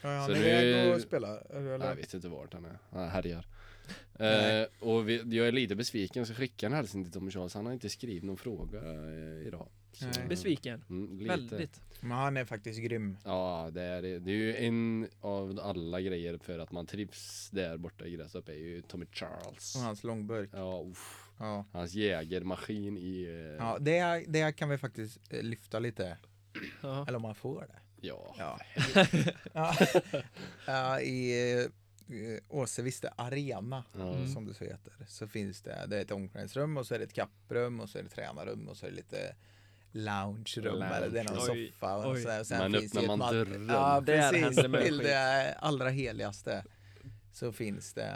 Ja, Så ni nu- är och spela, Nej, Jag eller? vet inte vart han är, han härjar. Eh, Nej. och vi, jag är lite besviken så skickade han hälsning till Tommy Charles, han har inte skrivit någon fråga eh, idag. Så, Nej. Besviken. Mm, lite. Väldigt. Men han är faktiskt grym. Ja, det är, det är ju en av alla grejer för att man trivs där borta i Grästorp är ju Tommy Charles. Och hans långburk. Ja, uff. Ja. Hans jägermaskin i... eh, Ja, det, det kan vi faktiskt eh, lyfta lite. Ja. Eller om man får det. ja. Ja. ja. Ja, I eh, Åseviste Arena, Mm. Ja. som det så heter, så finns det, det är ett omklädningsrum och så är det ett kapprum och så är det tränarrum och så är det lite loungerum Lounge. eller det är någon Oj, soffa och oj. sådär. Och sen Men finns det öppnar ett man mat- dörren? Ja, Där precis. händer det Till skit. det allra heligaste så finns det,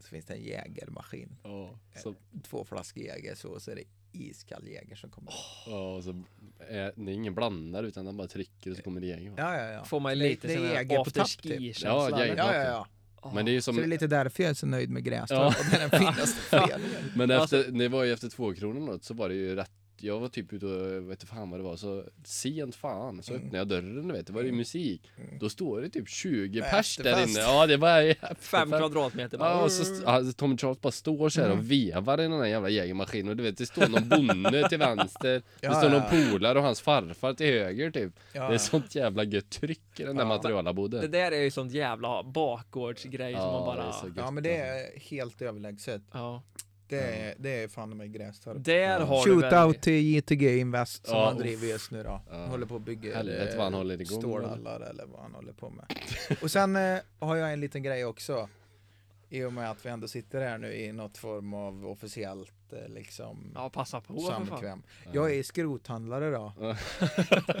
så finns det en jägermaskin. Ja, så, Två flaskor jäger så, och så är det iskall jäger som kommer. ja, så är, det är ingen blandare utan den bara trycker och så kommer det jägare. Ja, ja, ja. Får man ju Det- lite det är sån här eget på tapp, typ. Ja, afterski-känsla. det är eller? eget. Ja, ja, ja. Ja. Men det är ju Så det är som, lite därför jag är så nöjd med Grästorp Ja. och det är den finaste föreningen. men Alltså- efter, det var ju efter två kronor något så var det ju rätt jag var typ ute och vet inte fan vad det var, så sent fan så Mm. öppnade jag dörren du vet, det var ju Mm. musik. Mm. Då står det typ 20 Nej, pers där efterfest. inne. Ja det var Fem kvadratmeter bara. Ja, och så Mm. st- alltså, Tommy Charles bara står så här och vevar i den här jävla jägermaskinen och du vet det står någon bonde till vänster, det Ja, står någon ja. polare och hans farfar till höger typ. Ja, Det är ja. sånt jävla gött tryck i den där Ja. Det materialaboden. där är ju sånt jävla bakgårdsgrej som man det är bara... så gött, ja men det alltså. är helt överlägset. Ja. Det Mm. är, det är fan med Grästorp. Där Ja. har du väl... Shootout till JTG Invest som Ja, han uff. driver just nu då. Ja. Han Håller på och bygger Helvete eh, vad han håller igång, stålhallar eller vad han håller på med. Och sen eh, har jag en liten grej också. I och med att vi ändå sitter här nu i något form av officiellt eh, liksom Ja, passa på för fan. samkväm. Jag är skrothandlare då. Ja.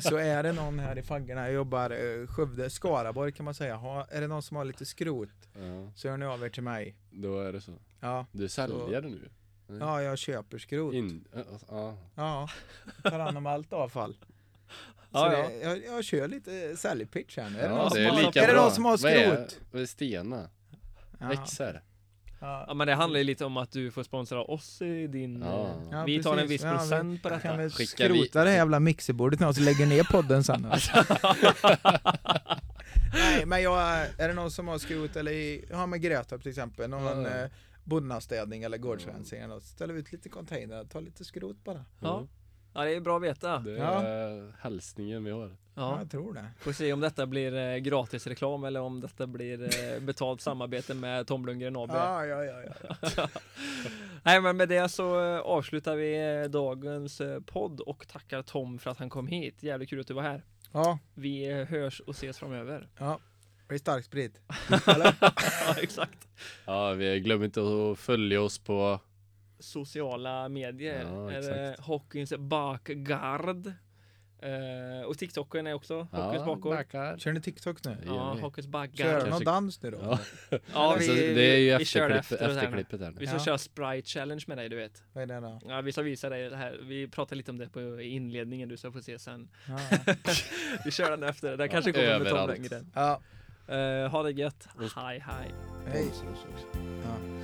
Så är det någon här i faggorna, jag jobbar eh, Skövde, Skaraborg kan man säga. Ha, är det någon som har lite skrot Ja, så hör ni av er till mig. då är det så. Ja, Du är säljare nu. ja jag köper skrot. In, ja, ja. Ja, tar hand om allt avfall. Så Ja, ja. det, jag, jag kör lite eh, säljpitch här nu. Är det Ja, någon det som är har- lika är det bra. någon som har Vad är- skrot? vad är Stena, Ja, växer. Ja, ja, men det handlar ju lite om att du får sponsra oss i din... Ja. eh, Ja, vi tar en precis. viss Ja, vi- procent på kan detta. vi Skickar vi- skrota det här jävla mixerbordet nu och så lägger ner podden sen? alltså. Nej, men jag, eh, är det någon som har skrot eller i- ja med Grötorp till exempel, någon Ja. eh, bonnastädning eller gårdsrensning eller något, ställer vi ut lite containrar, ta lite skrot bara. Ja. ja, det är bra att veta. Det Ja. är hälsningen vi har. Ja, Ja. jag tror det. Får se om detta blir eh, gratis reklam eller om detta blir eh, betalt samarbete med Tom Lundgren AB. Ja, ja, ja, ja. Nej men med det så eh, avslutar vi eh, dagens eh, podd och tackar Tom för att han kom hit. Jävligt kul att du var här. Ja, Vi eh, hörs och ses framöver. ja. Blir stark sprit. Eller? ja, exakt. Ja, vi glöm inte att följa oss på Sociala medier. Ja, är det exakt. hockeyns bakgard. Eh, och TikToken är också hockeyns bakgård. backar. Kör ni TikTok nu? Det gör Ja, vi. hockeyns Kör bakgard. Kanske- någon dans nu då? Ja. Ja, Alltså, vi, det är ju vi kör det efterklipp, efter det här nu. efterklippet där nu. Vi ska Ja. köra Sprite Challenge med dig, du vet. Vad är det då? Ja, vi ska visa dig det här. Vi pratade lite om det på i inledningen, du ska få se sen. Ja, ja. Vi kör den efter, det där kanske Ja, kommer med Tom överallt. längre. ja. Eh, ha det gött. Och- Hej hej. hej. Sponsor oss också. Ja.